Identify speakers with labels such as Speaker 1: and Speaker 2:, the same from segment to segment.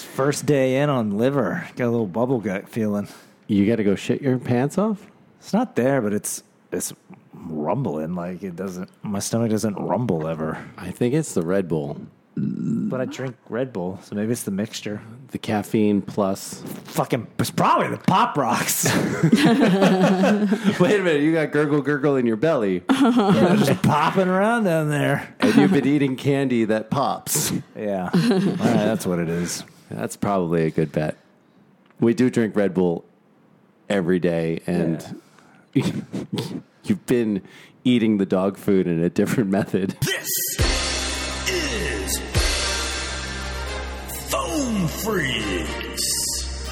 Speaker 1: First day in on liver. Got a little bubble gut feeling.
Speaker 2: You got to go shit your pants off?
Speaker 1: It's not there, but it's it's rumbling. Like it doesn't. My stomach doesn't rumble ever.
Speaker 2: I think it's the Red Bull.
Speaker 1: But I drink Red Bull, so maybe it's the mixture.
Speaker 2: The caffeine plus.
Speaker 1: Fucking, it's probably the Pop Rocks.
Speaker 2: Wait a minute, you got gurgle gurgle in your belly,
Speaker 1: They're just popping around down there.
Speaker 2: and you've been eating candy that pops.
Speaker 1: Yeah, All right, that's what it is.
Speaker 2: That's probably a good bet. We do drink Red Bull every day, and you've been eating the dog food in a different method.
Speaker 3: This is Foam Freaks.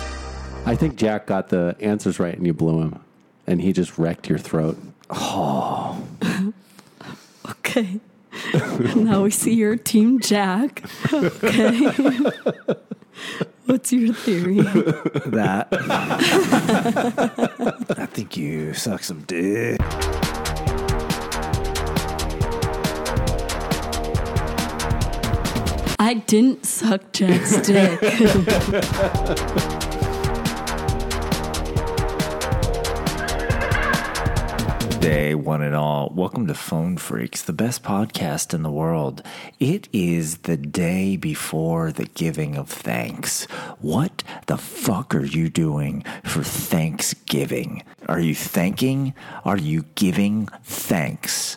Speaker 2: I think Jack got the answers right, and you blew him, and he just wrecked your throat.
Speaker 1: Oh.
Speaker 4: Okay. now we see your team, Jack. Okay. What's your theory?
Speaker 1: That. I think you suck some dick.
Speaker 4: I didn't suck Jack's dick.
Speaker 1: Day one and all. Welcome to Phone Freaks, the best podcast in the world. It is the day before the giving of thanks. What the fuck are you doing for Thanksgiving? Are you thanking? Are you giving thanks?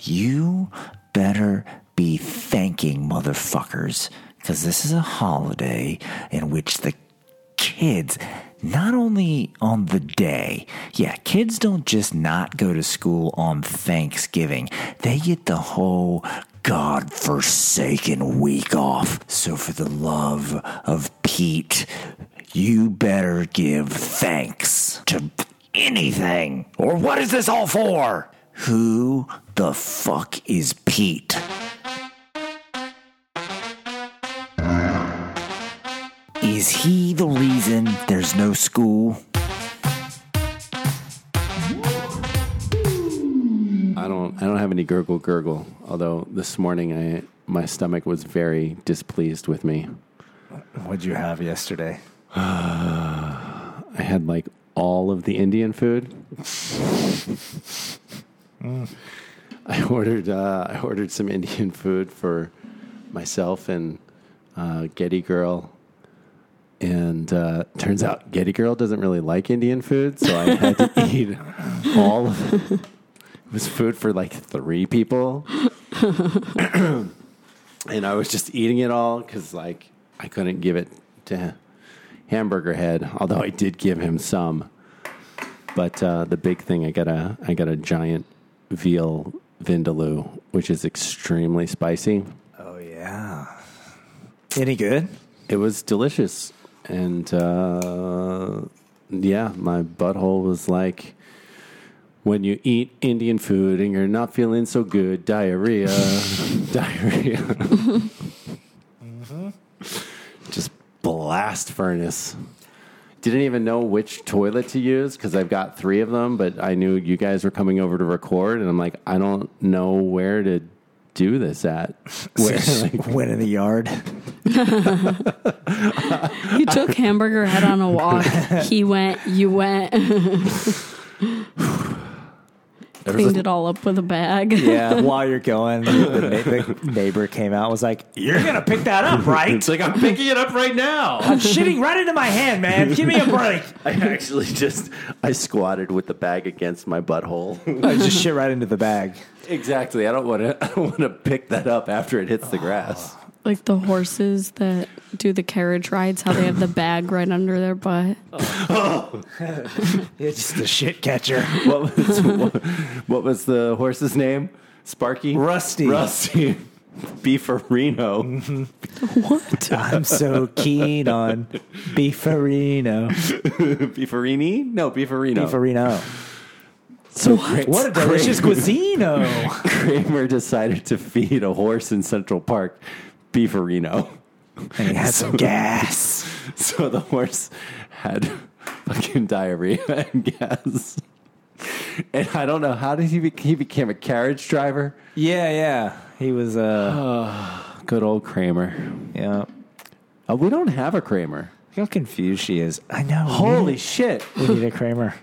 Speaker 1: You better be thanking motherfuckers because this is a holiday in which the kids not only on the day. Yeah, kids don't just not go to school on Thanksgiving. They get the whole godforsaken week off. So for the love of Pete, you better give thanks to anything. Or what is this all for? Who the fuck is Pete? Is he the reason there's no school?
Speaker 2: I don't. I don't have any gurgle gurgle. Although this morning, I my stomach was very displeased with me.
Speaker 1: What'd you have yesterday?
Speaker 2: I had like all of the Indian food. I ordered uh, I ordered some Indian food for myself and uh, Getty Girl, and uh, turns out Getty Girl doesn't really like Indian food, so I had to eat all of it. It was food for like three people, and I was just eating it all because like I couldn't give it to hamburger head although i did give him some but uh, the big thing i got a i got a giant veal vindaloo which is extremely spicy
Speaker 1: Oh, yeah. Any good?
Speaker 2: it was delicious and uh, yeah my butthole was like when you eat indian food and you're not feeling so good diarrhea diarrhea
Speaker 1: Mm-hmm.
Speaker 2: just blast furnace didn't even know which toilet to use because I've got three of them, but I knew you guys were coming over to record, and I'm like, I don't know where to do this at. Where, like,
Speaker 1: Went in the yard.
Speaker 4: You took hamburger head on a walk. He went, you went,
Speaker 2: there was
Speaker 4: cleaned
Speaker 2: a-
Speaker 4: it all up with a bag.
Speaker 1: Yeah, while you're going, the, na- the neighbor came out and was like, You're going to pick that up, right?
Speaker 2: It's like I'm picking it up right now.
Speaker 1: I'm shitting right into my hand, man. Give me a break.
Speaker 2: I actually just I squatted with the bag against my butthole.
Speaker 1: I just shit right into the bag.
Speaker 2: exactly. I don't want to. I don't want to pick that up after it
Speaker 1: Ah.
Speaker 2: hits the grass.
Speaker 4: Like the horses that do the carriage rides, how they have the bag right under their butt.
Speaker 1: It's just a shit catcher.
Speaker 2: Oh. What was what, what was the horse's name? Sparky.
Speaker 1: Rusty. Mm-hmm.
Speaker 2: Rusty. B for Reno.
Speaker 4: What?
Speaker 1: I'm so keen on Beefarino.
Speaker 2: Beefarini? No, Beefarino.
Speaker 1: Beefarino.
Speaker 2: So Kra-
Speaker 1: What a delicious cuisino.
Speaker 2: Kramer decided to feed a horse in Central Park Beefarino.
Speaker 1: And he had some gas.
Speaker 2: So the horse had fucking diarrhea and gas. And I don't know how did he be- he became a carriage driver?
Speaker 1: Yeah, yeah. He was, uh,
Speaker 2: Good old Kramer.
Speaker 1: yeah.
Speaker 2: Uh, we don't have a Kramer.
Speaker 5: Look how confused she is. I know.
Speaker 2: Holy shit!
Speaker 1: We need a Kramer.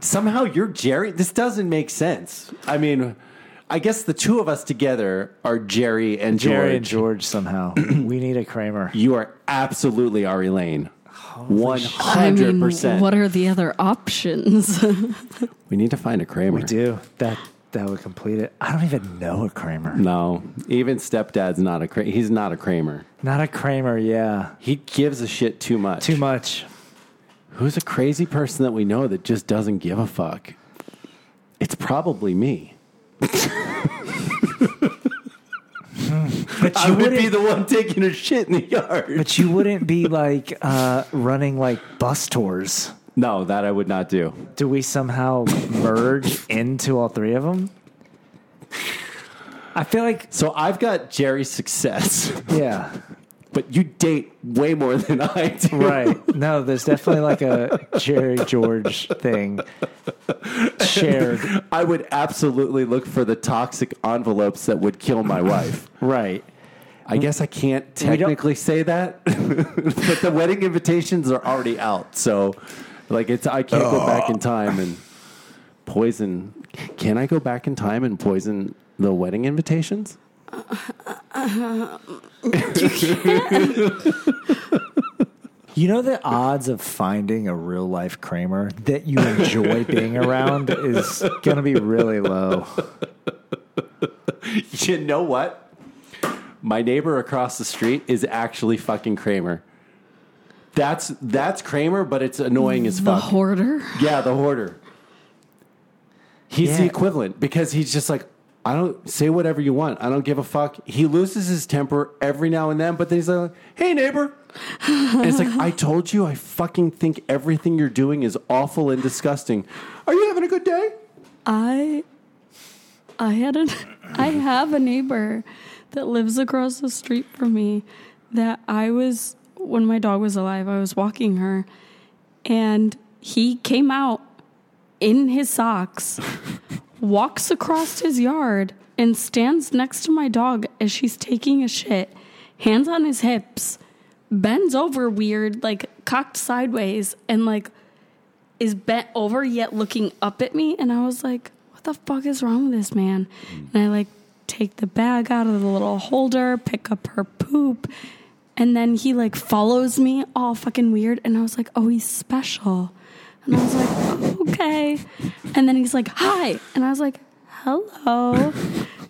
Speaker 2: Somehow you're Jerry. This doesn't make sense. I mean, I guess the two of us together are Jerry and
Speaker 1: Jerry
Speaker 2: George.
Speaker 1: and George somehow. we need a Kramer.
Speaker 2: You are absolutely Ari Lane. One
Speaker 4: I
Speaker 2: hundred
Speaker 4: mean,
Speaker 2: percent.
Speaker 4: what are the other options?
Speaker 2: We need to find a Kramer.
Speaker 1: We do. That that would complete it. I don't even know a Kramer.
Speaker 2: No, even stepdad's not a. Kra- he's not a Kramer.
Speaker 1: Not a Kramer, yeah.
Speaker 2: He gives a shit too much.
Speaker 1: Too much.
Speaker 2: Who's a crazy person that we know that just doesn't give a fuck? It's probably me.
Speaker 1: But
Speaker 2: I would be the one taking a shit in the yard.
Speaker 1: But you wouldn't be like uh, running like bus tours.
Speaker 2: No, that I would not do.
Speaker 1: Do we somehow merge into all three of them? I feel like
Speaker 2: So I've got Jerry's success,
Speaker 1: yeah,
Speaker 2: but you date way more than I do.
Speaker 1: right. No, there's definitely like a Jerry George thing shared.
Speaker 2: I would absolutely look for the toxic envelopes that would kill my wife.
Speaker 1: Right.
Speaker 2: I guess I can't
Speaker 1: don't-
Speaker 2: technically say that, but the wedding invitations are already out, so like it's I can't go back in time and poison. Can I go back in time and poison the wedding invitations?
Speaker 1: You know the odds of finding a real life Kramer that you enjoy being around is going to be really low.
Speaker 2: You know what? My neighbor across the street is actually fucking Kramer. That's that's Kramer, but it's annoying as
Speaker 4: the
Speaker 2: fuck.
Speaker 4: hoarder?
Speaker 2: Yeah, the hoarder. He's the
Speaker 1: Yeah.
Speaker 2: equivalent because he's just like, I don't say whatever you want. I don't give a fuck. He loses his temper every now and then, but then he's like, hey, neighbor. and it's like, I told you, I fucking think everything you're doing is awful and disgusting. Are you having a good day?
Speaker 4: I I had an I have a neighbor that lives across the street from me that I was when my dog was alive, I was walking her and he came out in his socks, walks across his yard and stands next to my dog as she's taking a shit, hands on his hips, bends over weird, like cocked sideways and like is bent over yet looking up at me and I was like, what the fuck is wrong with this man? And I like take the bag out of the little holder, pick up her poop, and then he like follows me all fucking weird and I was like, "Oh, he's special." And I was like, oh, "Okay." And then he's like, "Hi." And I was like, "Hello."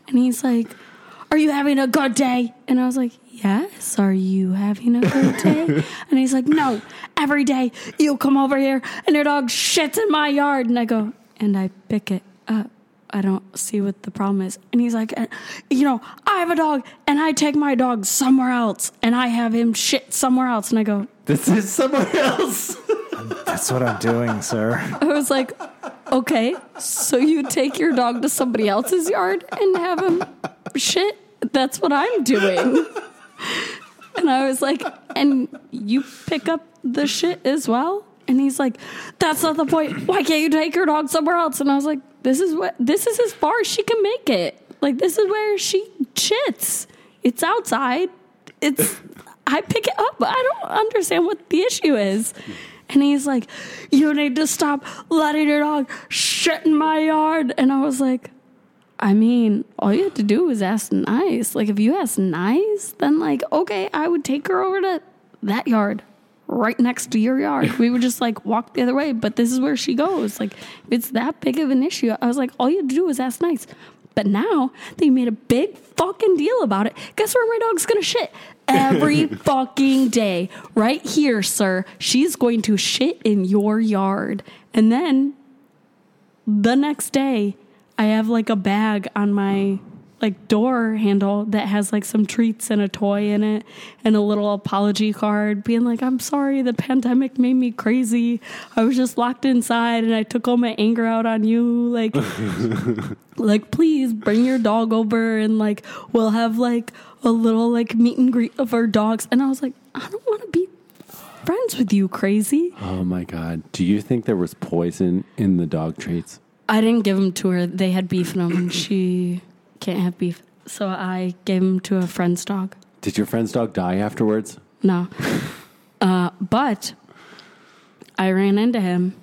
Speaker 4: And he's like, are you having a good day? And I was like, yes, are you having a good day? and he's like, no, every day you come over here and your dog shits in my yard. And I go, and I pick it up. I don't see what the problem is. And he's like, "Uh, you know, I have a dog and I take my dog somewhere else and I have him shit somewhere else. And I go,
Speaker 2: This is somewhere else.
Speaker 1: That's what I'm doing, sir.
Speaker 4: I was like, okay, so you take your dog to somebody else's yard and have him shit? That's what I'm doing. And I was like, and you pick up the shit as well? And he's like, that's not the point. Why can't you take your dog somewhere else? And I was like, this is what this is as far as she can make it. Like this is where she shits. It's outside. It's I pick it up. I don't understand what the issue is. And he's like, you need to stop letting your dog shit in my yard. And I was like, I mean, all you had to do was ask nice. Like, if you ask nice, then, like, okay, I would take her over to that yard right next to your yard. We would just, like, walk the other way, but this is where she goes. Like, if it's that big of an issue, I was like, all you had to do was ask nice. But now they made a big fucking deal about it. Guess where my dog's gonna shit? Every fucking day. Right here, sir. She's going to shit in your yard. And then the next day i have like a bag on my like door handle that has like some treats and a toy in it and a little apology card being like i'm sorry the pandemic made me crazy i was just locked inside and i took all my anger out on you like like please bring your dog over and like we'll have like a little like meet and greet of our dogs and i was like i don't want to be friends with you crazy
Speaker 2: Oh my God. Do you think there was poison in the dog treats?
Speaker 4: I didn't give them to her. They had beef in them. She can't have beef. So I gave them to a friend's dog.
Speaker 2: Did your friend's dog die afterwards?
Speaker 4: No. Uh, but I ran into him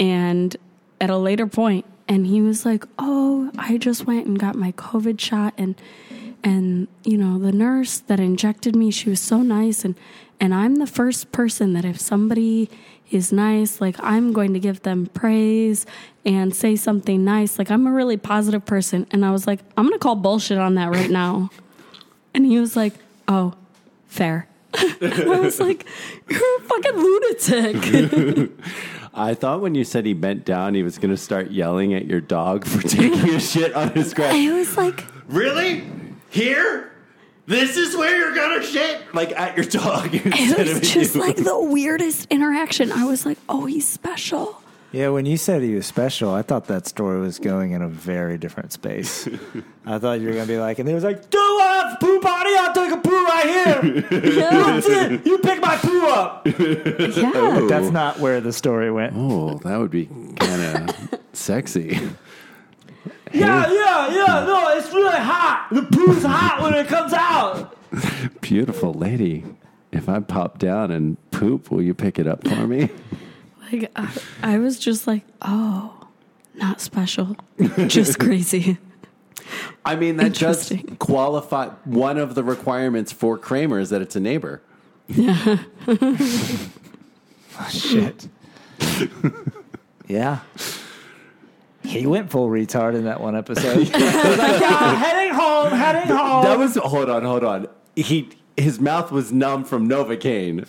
Speaker 4: and at a later point and he was like, "Oh, I just went and got my COVID shot and and you know, the nurse that injected me, she was so nice and and I'm the first person that if somebody is nice, like I'm going to give them praise and say something nice. Like I'm a really positive person." And I was like, "I'm going to call bullshit on that right now." And he was like, "Oh, fair." And I was like, "You're a fucking lunatic."
Speaker 2: I thought when you said he bent down, he was going to start yelling at your dog for taking a shit on his grass.
Speaker 4: I was like,
Speaker 2: Really? Here? This is where you're gonna shit? Like at your dog instead
Speaker 4: it
Speaker 2: of
Speaker 4: was just
Speaker 2: you.
Speaker 4: like the weirdest interaction. I was like, "Oh, he's special."
Speaker 1: Yeah, when you said he was special, I thought that story was going in a very different space. I thought you were going to be like, and he was like, do I have poo potty? I'll take a poo right here.
Speaker 4: Yeah,
Speaker 1: That's it. You pick my poo up.
Speaker 4: yeah.
Speaker 1: That's not where the story went.
Speaker 2: oh, that would be kind of sexy.
Speaker 1: Yeah, yeah, yeah. No, it's really hot. The poo's hot when it comes out.
Speaker 2: Beautiful lady. If I pop down and poop, will you pick it up for me?
Speaker 4: Like I, I was just like, "Oh, not special, just crazy."
Speaker 2: I mean, that does
Speaker 4: Interesting.
Speaker 2: qualify. One of the requirements for Kramer is that it's a neighbor.
Speaker 1: Oh, Shit. yeah. He went full retard in that one episode. He's like, yeah, heading home, heading home.
Speaker 2: That was hold on, hold on. He his mouth was numb from Novocaine.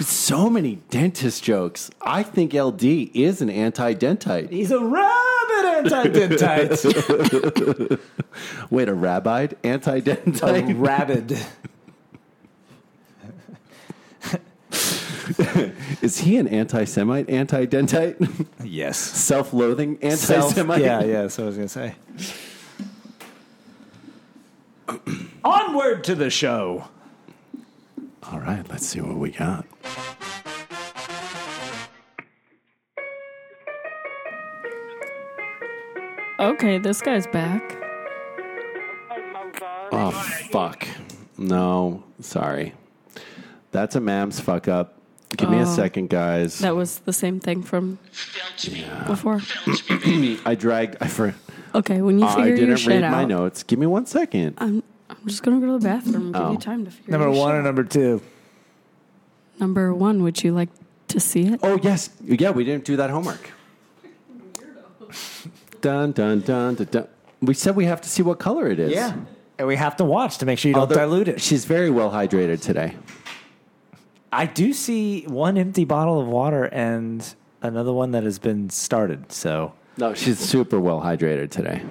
Speaker 2: So many dentist jokes. I think LD is an anti-dentite.
Speaker 1: He's a rabid anti-dentite.
Speaker 2: Wait, a rabbi? Anti
Speaker 1: a
Speaker 2: dentite?
Speaker 1: rabid.
Speaker 2: Is he an anti Semite? Anti dentite?
Speaker 1: Yes.
Speaker 2: Self loathing anti
Speaker 1: Self-
Speaker 2: Semite?
Speaker 1: Yeah, yeah. So I was gonna say. Onward to the show.
Speaker 2: All right, let's see what we got.
Speaker 4: Okay, this guy's back.
Speaker 2: Oh, fuck. No, sorry. That's a mam's fuck up. Give me a second, guys.
Speaker 4: Oh.
Speaker 2: Uh,
Speaker 4: That was the same thing from before.
Speaker 2: I dragged. I, for,
Speaker 4: Okay, when you
Speaker 2: I
Speaker 4: figure your
Speaker 2: didn't
Speaker 4: shit
Speaker 2: read my
Speaker 4: out,
Speaker 2: notes. Give me one second.
Speaker 4: I'm I'm just gonna go to the bathroom. and Give
Speaker 2: Oh.
Speaker 4: you time to figure
Speaker 1: Number
Speaker 4: your
Speaker 1: one
Speaker 4: shit
Speaker 1: and number two.
Speaker 4: out. Number one. Would you like to see it?
Speaker 2: Oh, yes. Yeah, we didn't do that homework. Dun, dun, dun, dun, dun. We said we have to see what color it is.
Speaker 1: and we have to watch to make sure you don't
Speaker 2: Although-
Speaker 1: dilute it.
Speaker 2: She's very well hydrated today.
Speaker 1: I do see one empty bottle of water and another one that has been started. So
Speaker 2: No, she's super well hydrated today.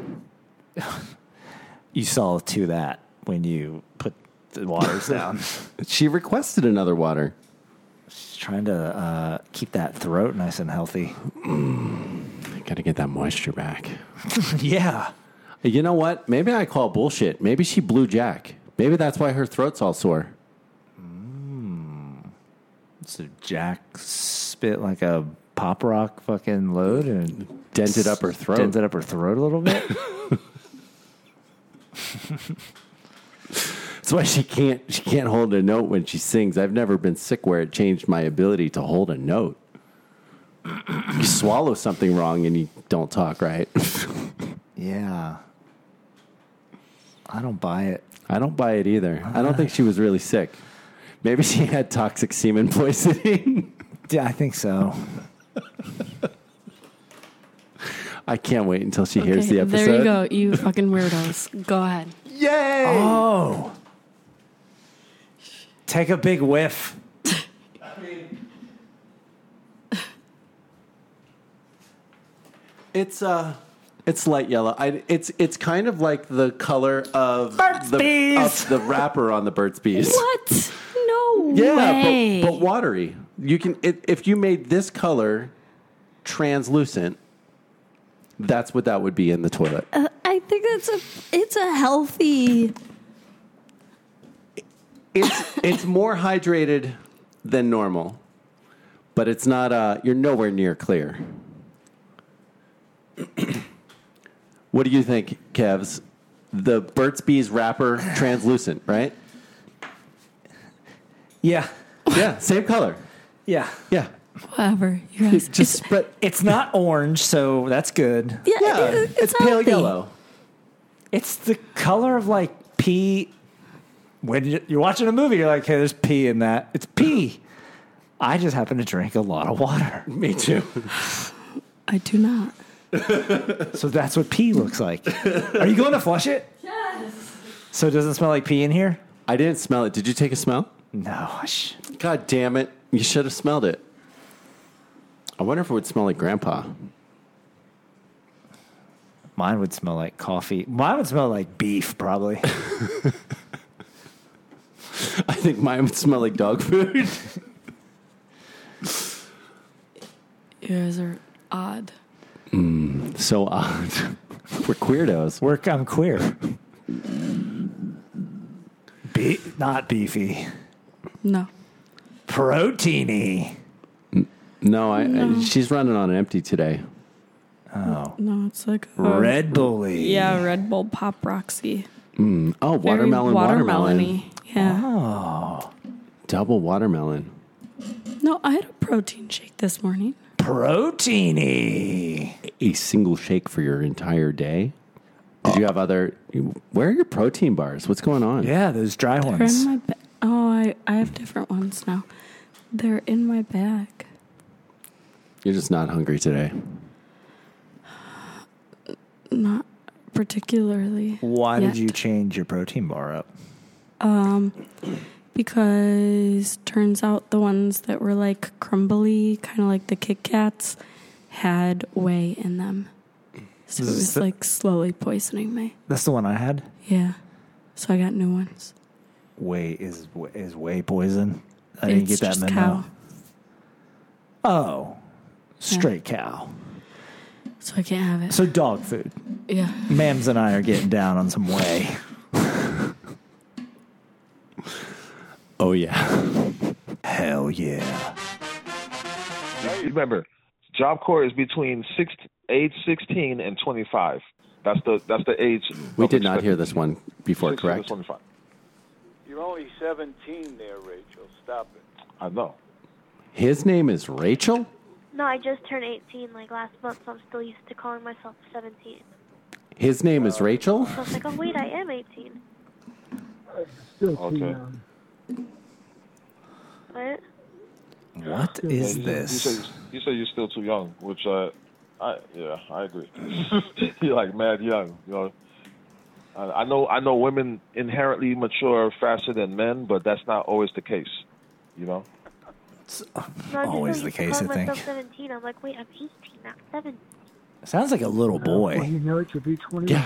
Speaker 1: you saw to that when you put the waters down.
Speaker 2: She requested another water.
Speaker 1: Just trying to uh, keep that throat nice and healthy.
Speaker 2: Gotta get that moisture back.
Speaker 1: yeah.
Speaker 2: You know what? Maybe I call bullshit. Maybe she blew Jack. Maybe that's why her throat's all sore.
Speaker 1: Hmm. So Jack spit like a pop rock fucking load and
Speaker 2: Dented up her throat.
Speaker 1: dented up her throat a little bit.
Speaker 2: That's why she can't she can't hold a note when she sings. I've never been sick where it changed my ability to hold a note. you swallow something wrong and you don't talk right.
Speaker 1: yeah. I don't buy it.
Speaker 2: I don't buy it either. I don't think she was really sick. Maybe she had toxic semen poisoning.
Speaker 1: Yeah, I think so.
Speaker 2: I can't wait until she hears
Speaker 4: Okay,
Speaker 2: the episode.
Speaker 4: There you go, you fucking weirdos. Go ahead.
Speaker 2: Yay!
Speaker 1: Oh. Take a big whiff.
Speaker 2: It's uh it's light yellow. I, it's it's kind of like the color of
Speaker 1: Burt's
Speaker 2: the,
Speaker 1: Bees.
Speaker 2: of the wrapper on the Burt's Bees.
Speaker 4: What? No way.
Speaker 2: Yeah, but, but watery. You can it, if you made this color translucent, that's what that would be in the toilet.
Speaker 4: Uh, I think that's a it's a healthy.
Speaker 2: It's it's more hydrated than normal, but it's not. Uh, you're nowhere near clear. what do you think, Kevs? The Burt's Bees wrapper translucent, right?
Speaker 1: Yeah.
Speaker 2: Yeah, same color.
Speaker 1: Yeah.
Speaker 2: Yeah,
Speaker 4: Whatever. You guys.
Speaker 2: just but
Speaker 1: It's not orange, so that's good.
Speaker 4: yeah,
Speaker 2: yeah,
Speaker 4: it-
Speaker 2: it's, pale
Speaker 4: healthy.
Speaker 2: yellow.
Speaker 1: It's the color of like pee. When you- you're watching a movie, you're like, hey, there's pee in that. It's pee. I just happen to drink a lot of water.
Speaker 2: Me too.
Speaker 4: I do not.
Speaker 1: So that's what pee looks like. Are you going to flush it? Yes. So it doesn't smell like pee in here?
Speaker 2: I didn't smell it. Did you take a smell?
Speaker 1: No. Sh-
Speaker 2: God damn it! You should have smelled it. I wonder if it would smell like Grandpa.
Speaker 1: Mine would smell like coffee. Mine would smell like beef, probably.
Speaker 2: I think mine would smell like dog food.
Speaker 4: You guys are odd.
Speaker 2: Mm. so odd. We're queerdos.
Speaker 1: Work, I'm queer. Be- not beefy.
Speaker 4: No.
Speaker 1: Proteiny.
Speaker 2: No, I, I she's running on empty today.
Speaker 4: No, it's like a-
Speaker 1: Oh. Red Bully.
Speaker 4: Oh. Yeah, Red Bull Pop Roxy.
Speaker 2: Oh,
Speaker 4: Very
Speaker 2: watermelon, watermelon,
Speaker 4: watermelon-y.
Speaker 2: Ah. Oh.
Speaker 4: Yeah.
Speaker 2: double watermelon.
Speaker 4: No, I had a protein shake this morning.
Speaker 1: Proteiny.
Speaker 2: A single shake for your entire day. Did you have other? Where are your protein bars? What's going on?
Speaker 1: Yeah, those dry
Speaker 4: They're in
Speaker 1: ones.
Speaker 4: my ba- oh, I, I have different ones now. They're in my bag.
Speaker 2: You're just not hungry today.
Speaker 4: Not particularly
Speaker 1: Why
Speaker 4: yet.
Speaker 1: did you change your protein bar up?
Speaker 4: Um, because turns out the ones that were like crumbly, kind of like the Kit Kats, had whey in them. So it
Speaker 1: This is
Speaker 4: was
Speaker 1: the-
Speaker 4: like slowly poisoning me.
Speaker 1: That's the one I had.
Speaker 4: Yeah. So I got new ones.
Speaker 1: Whey is is whey poison. I didn't
Speaker 4: It's
Speaker 1: get that
Speaker 4: just
Speaker 1: memo.
Speaker 4: cow.
Speaker 1: Oh, straight cow.
Speaker 4: So I can't have it.
Speaker 1: So dog food.
Speaker 4: yeah.
Speaker 1: Mams and I are getting down on some whey.
Speaker 2: Oh yeah.
Speaker 1: Hell yeah.
Speaker 6: Remember, Job Corps is between six, age 16 and 25. That's the that's the age.
Speaker 2: We
Speaker 6: of
Speaker 2: did not
Speaker 6: expectancy.
Speaker 2: hear this one before,
Speaker 6: 16 to
Speaker 2: correct?
Speaker 6: 25.
Speaker 5: You're only 17 there, Rachel. Stop it.
Speaker 6: I know.
Speaker 2: His name is Rachel.
Speaker 7: No, I just turned 18 like last month, so I'm still used to calling myself 17.
Speaker 2: His name
Speaker 6: Uh,
Speaker 2: is Rachel.
Speaker 7: So I was like, oh wait, I am 18.
Speaker 6: Okay.
Speaker 7: What?
Speaker 1: What is
Speaker 6: You
Speaker 1: this?
Speaker 6: say, you say you're still too young, which uh, I yeah, I agree. you're like mad young. You know, I, I know I know women inherently mature faster than men, but that's not always the case. You know.
Speaker 7: No, I'm just
Speaker 1: Always
Speaker 7: so
Speaker 1: the
Speaker 7: used to
Speaker 1: case, I
Speaker 7: calling myself
Speaker 1: think.
Speaker 7: 17. I'm like, wait, I'm 18, not 17.
Speaker 1: Sounds like a little
Speaker 3: Well,
Speaker 1: boy.
Speaker 3: you know it to be 20.
Speaker 2: Yeah.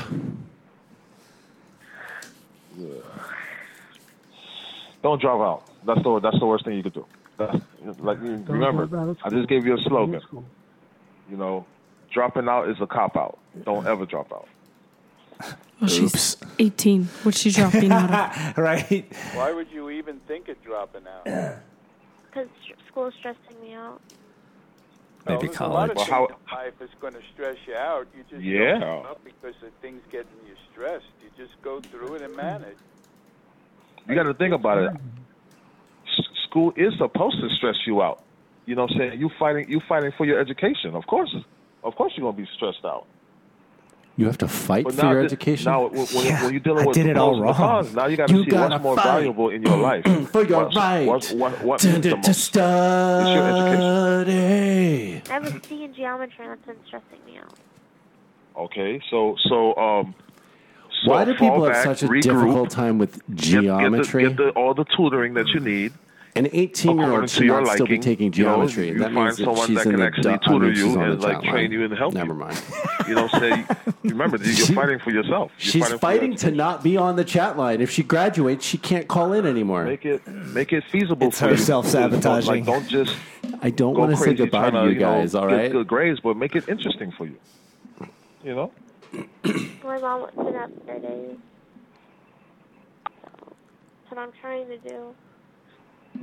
Speaker 6: Don't drive out. That's the that's the worst thing you could do. That's, like you-
Speaker 3: Don't drive
Speaker 6: remember,
Speaker 3: out.
Speaker 6: I just gave you a slogan.
Speaker 3: That's cool.
Speaker 6: You know, dropping out is a cop out. Don't ever drop out.
Speaker 4: Well, she's 18. What's she dropping out of?
Speaker 1: right?
Speaker 5: Why would you even think of dropping out?
Speaker 7: Because school's stressing me out.
Speaker 5: Well,
Speaker 1: Maybe
Speaker 5: there's A lot
Speaker 1: college.
Speaker 5: of
Speaker 6: Well,
Speaker 5: things
Speaker 6: how-
Speaker 5: in life is going to stress you out. You just
Speaker 6: Yeah.
Speaker 5: don't give up because of things getting you stressed. You just go through it and manage.
Speaker 6: You got to think about it. S- school is supposed to stress you out. You know what I'm saying? You fighting you fighting for your education. Of course, of course you're gonna be stressed out.
Speaker 2: You have to fight
Speaker 6: But
Speaker 2: for
Speaker 6: now,
Speaker 2: your
Speaker 6: thi-
Speaker 2: education.
Speaker 6: now when, when
Speaker 1: Yeah,
Speaker 6: you're dealing
Speaker 1: I
Speaker 6: with
Speaker 1: did it all
Speaker 6: pros and
Speaker 1: wrong.
Speaker 6: cons, now you got to
Speaker 2: You
Speaker 6: see
Speaker 2: gotta
Speaker 6: what's more
Speaker 2: fight
Speaker 6: valuable in your life.
Speaker 2: for your
Speaker 6: what's,
Speaker 2: right.
Speaker 6: What's, what, what
Speaker 2: to,
Speaker 6: means
Speaker 2: to,
Speaker 6: the
Speaker 2: to
Speaker 6: most?
Speaker 2: study.
Speaker 7: I have a C in geometry, and that's been stressing me out.
Speaker 6: Okay, so so um. So
Speaker 2: Why do
Speaker 6: fall
Speaker 2: people have
Speaker 6: back,
Speaker 2: such a
Speaker 6: regroup,
Speaker 2: difficult time with
Speaker 6: get- get the-
Speaker 2: geometry?
Speaker 6: Get, the, all the tutoring that you need.
Speaker 2: An 18 year
Speaker 6: according
Speaker 2: old
Speaker 6: to
Speaker 2: should
Speaker 6: your
Speaker 2: not still be
Speaker 6: liking,
Speaker 2: taking
Speaker 6: you know,
Speaker 2: geometry.
Speaker 6: you
Speaker 2: that means
Speaker 6: find
Speaker 2: that
Speaker 6: someone
Speaker 2: she's
Speaker 6: that
Speaker 2: in
Speaker 6: can
Speaker 2: the
Speaker 6: actually
Speaker 2: dot- I mean,
Speaker 6: tutor
Speaker 2: she's
Speaker 6: you
Speaker 2: on the
Speaker 6: and, like,
Speaker 2: dot line.
Speaker 6: train you and help you.
Speaker 2: Never mind.
Speaker 6: You know, say remember you're
Speaker 2: She-
Speaker 6: fighting for yourself. You're
Speaker 2: She's
Speaker 6: fighting, for
Speaker 2: fighting
Speaker 6: your-
Speaker 2: to not be on the chat line. If she graduates, she can't call in anymore.
Speaker 6: make it make it feasible
Speaker 1: It's
Speaker 6: for
Speaker 1: her
Speaker 6: you.
Speaker 1: self-sabotaging.
Speaker 6: Like, don't just
Speaker 2: I don't
Speaker 6: go
Speaker 2: want to
Speaker 6: crazy
Speaker 2: say goodbye
Speaker 6: trying
Speaker 2: to you
Speaker 6: know,
Speaker 2: guys, all
Speaker 6: get
Speaker 2: right?
Speaker 6: good grades, but make it interesting for you. You know.
Speaker 7: My mom wants to nap for days. So, that's what I'm trying to do.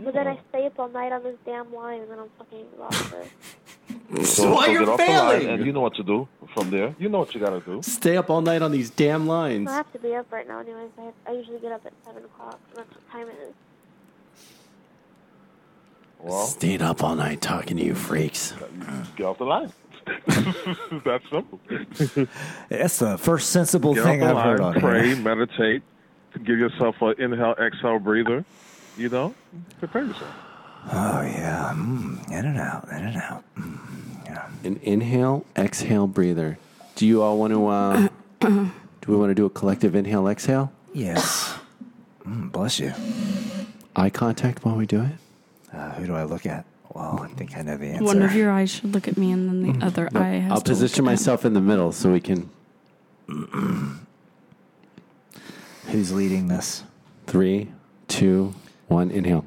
Speaker 7: But then
Speaker 1: Mm.
Speaker 7: I stay up all night on this damn line, and then I'm fucking exhausted.
Speaker 6: So,
Speaker 2: why
Speaker 6: so
Speaker 2: you're
Speaker 6: get off the line,
Speaker 2: failing.
Speaker 6: and you know what to do from there. You know what you got to do.
Speaker 2: Stay up all night on these damn lines.
Speaker 7: I have to be up right now, anyways. I, have, I usually get up at 7 o'clock, and that's what time it is.
Speaker 2: Stayed up all night talking to you freaks.
Speaker 6: Get off the line. it's that simple.
Speaker 1: That's the first sensible
Speaker 6: Get
Speaker 1: thing
Speaker 6: off
Speaker 1: I've
Speaker 6: the
Speaker 1: heard
Speaker 6: line,
Speaker 1: on
Speaker 6: pray,
Speaker 1: here.
Speaker 6: meditate, give yourself an inhale, exhale breather. You know, prepare yourself.
Speaker 1: Oh yeah, mm, in and out, in and out. Mm, yeah.
Speaker 2: An inhale, exhale, breather. Do you all want to? Uh, do we want to do a collective inhale, exhale?
Speaker 1: Yes. Mm, bless you.
Speaker 2: Eye contact while we do it.
Speaker 1: Uh, who do I look at? Well, I think I know the answer.
Speaker 4: One of your eyes should look at me, and then the other eye has
Speaker 2: I'll
Speaker 4: to look
Speaker 2: position
Speaker 4: at-
Speaker 2: myself in the middle so we can.
Speaker 1: Who's leading this?
Speaker 2: Three, two, one. Inhale.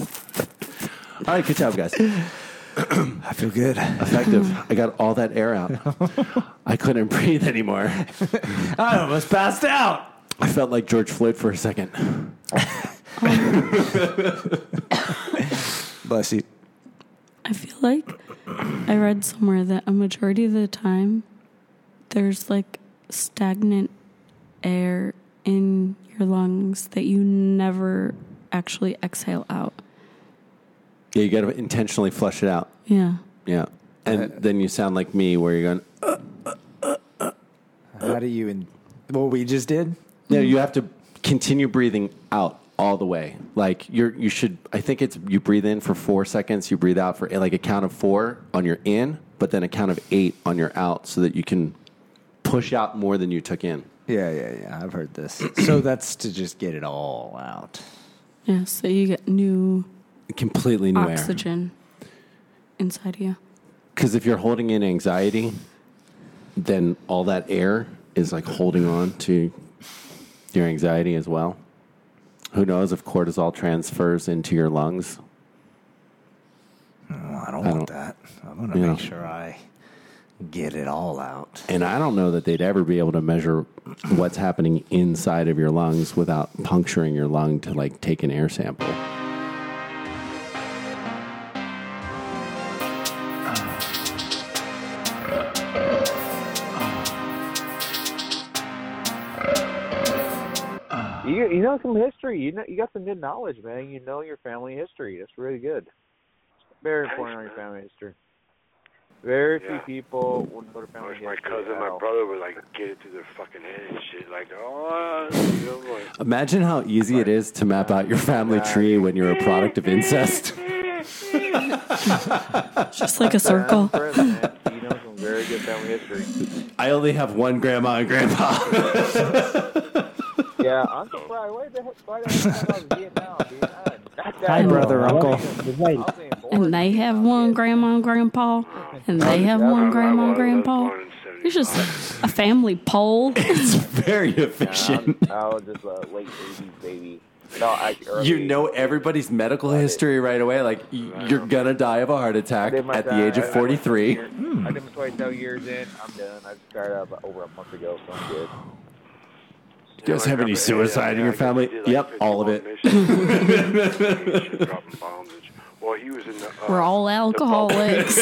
Speaker 2: All right, good job, guys.
Speaker 1: I feel good. I
Speaker 2: Effective. I got all that air out. I couldn't breathe anymore.
Speaker 1: almost passed out.
Speaker 2: I felt like George Floyd for a second.
Speaker 1: Bless you.
Speaker 4: I feel like I read somewhere that a majority of the time there's like stagnant air in your lungs that you never actually exhale out.
Speaker 2: Yeah, you got to intentionally flush it out.
Speaker 4: Yeah.
Speaker 2: Yeah. And then you sound like me where you're going,
Speaker 1: How do you? In- what we just did?
Speaker 2: No, you have to continue breathing out all the way. Like you're, you should. I think it's you breathe in for four seconds, you breathe out for like a count of four on your in, but then a count of eight on your out, so that you can push out more than you took in.
Speaker 1: Yeah, yeah, yeah. I've heard this. so that's to just get it all out.
Speaker 4: Yeah. So you get new
Speaker 2: Completely new
Speaker 4: oxygen inside of you.
Speaker 2: Because if you're holding in anxiety, then all that air is like holding on to your anxiety as well. Who knows if cortisol transfers into your lungs?
Speaker 1: Well, I don't
Speaker 2: Mm, I
Speaker 1: want
Speaker 2: don't-
Speaker 1: that. I'm gonna
Speaker 2: Yeah.
Speaker 1: make sure I get it all out.
Speaker 2: And I don't know that they'd ever be able to measure what's happening inside of your lungs without puncturing your lung to like take an air sample.
Speaker 8: You you know some history. You know you got some good knowledge, man. You know your family history. That's really good. Very important on your family history. Very
Speaker 9: Yeah.
Speaker 8: few people would go to family
Speaker 9: Of course,
Speaker 8: history.
Speaker 9: my cousin,
Speaker 8: at
Speaker 9: my
Speaker 8: all.
Speaker 9: brother would like get it through their fucking head and shit. Like, oh, you know, like,
Speaker 2: Imagine how easy it is to map out your family tree when you're a product of incest.
Speaker 4: Just like a circle.
Speaker 8: Friends, man. You know some very good family history.
Speaker 2: I only have one grandma and grandpa.
Speaker 8: Yeah, I'm surprised. Wait, the heck, why the heck was I in Vietnam, dude? I knocked
Speaker 1: Hi,
Speaker 8: out.
Speaker 1: brother, uncle.
Speaker 8: I was in Florida.
Speaker 4: And they have one grandma and grandpa, and they have one grandma and grandpa. It's just a family pole.
Speaker 2: It's very efficient.
Speaker 8: I was just a late 80s baby. No, actually, early
Speaker 2: You know everybody's medical history right away. Like, y- you're gonna die of a heart attack
Speaker 8: did my
Speaker 2: at
Speaker 8: time.
Speaker 2: the age
Speaker 8: I-
Speaker 2: of Hmm.
Speaker 8: I
Speaker 2: 43.
Speaker 8: went two years- I did my 27 years in. I'm done. I just got up over a month ago, so I'm good.
Speaker 2: You guys have any suicide in your family? Yep, all of it.
Speaker 9: well, he was in the, uh,
Speaker 4: We're all alcoholics.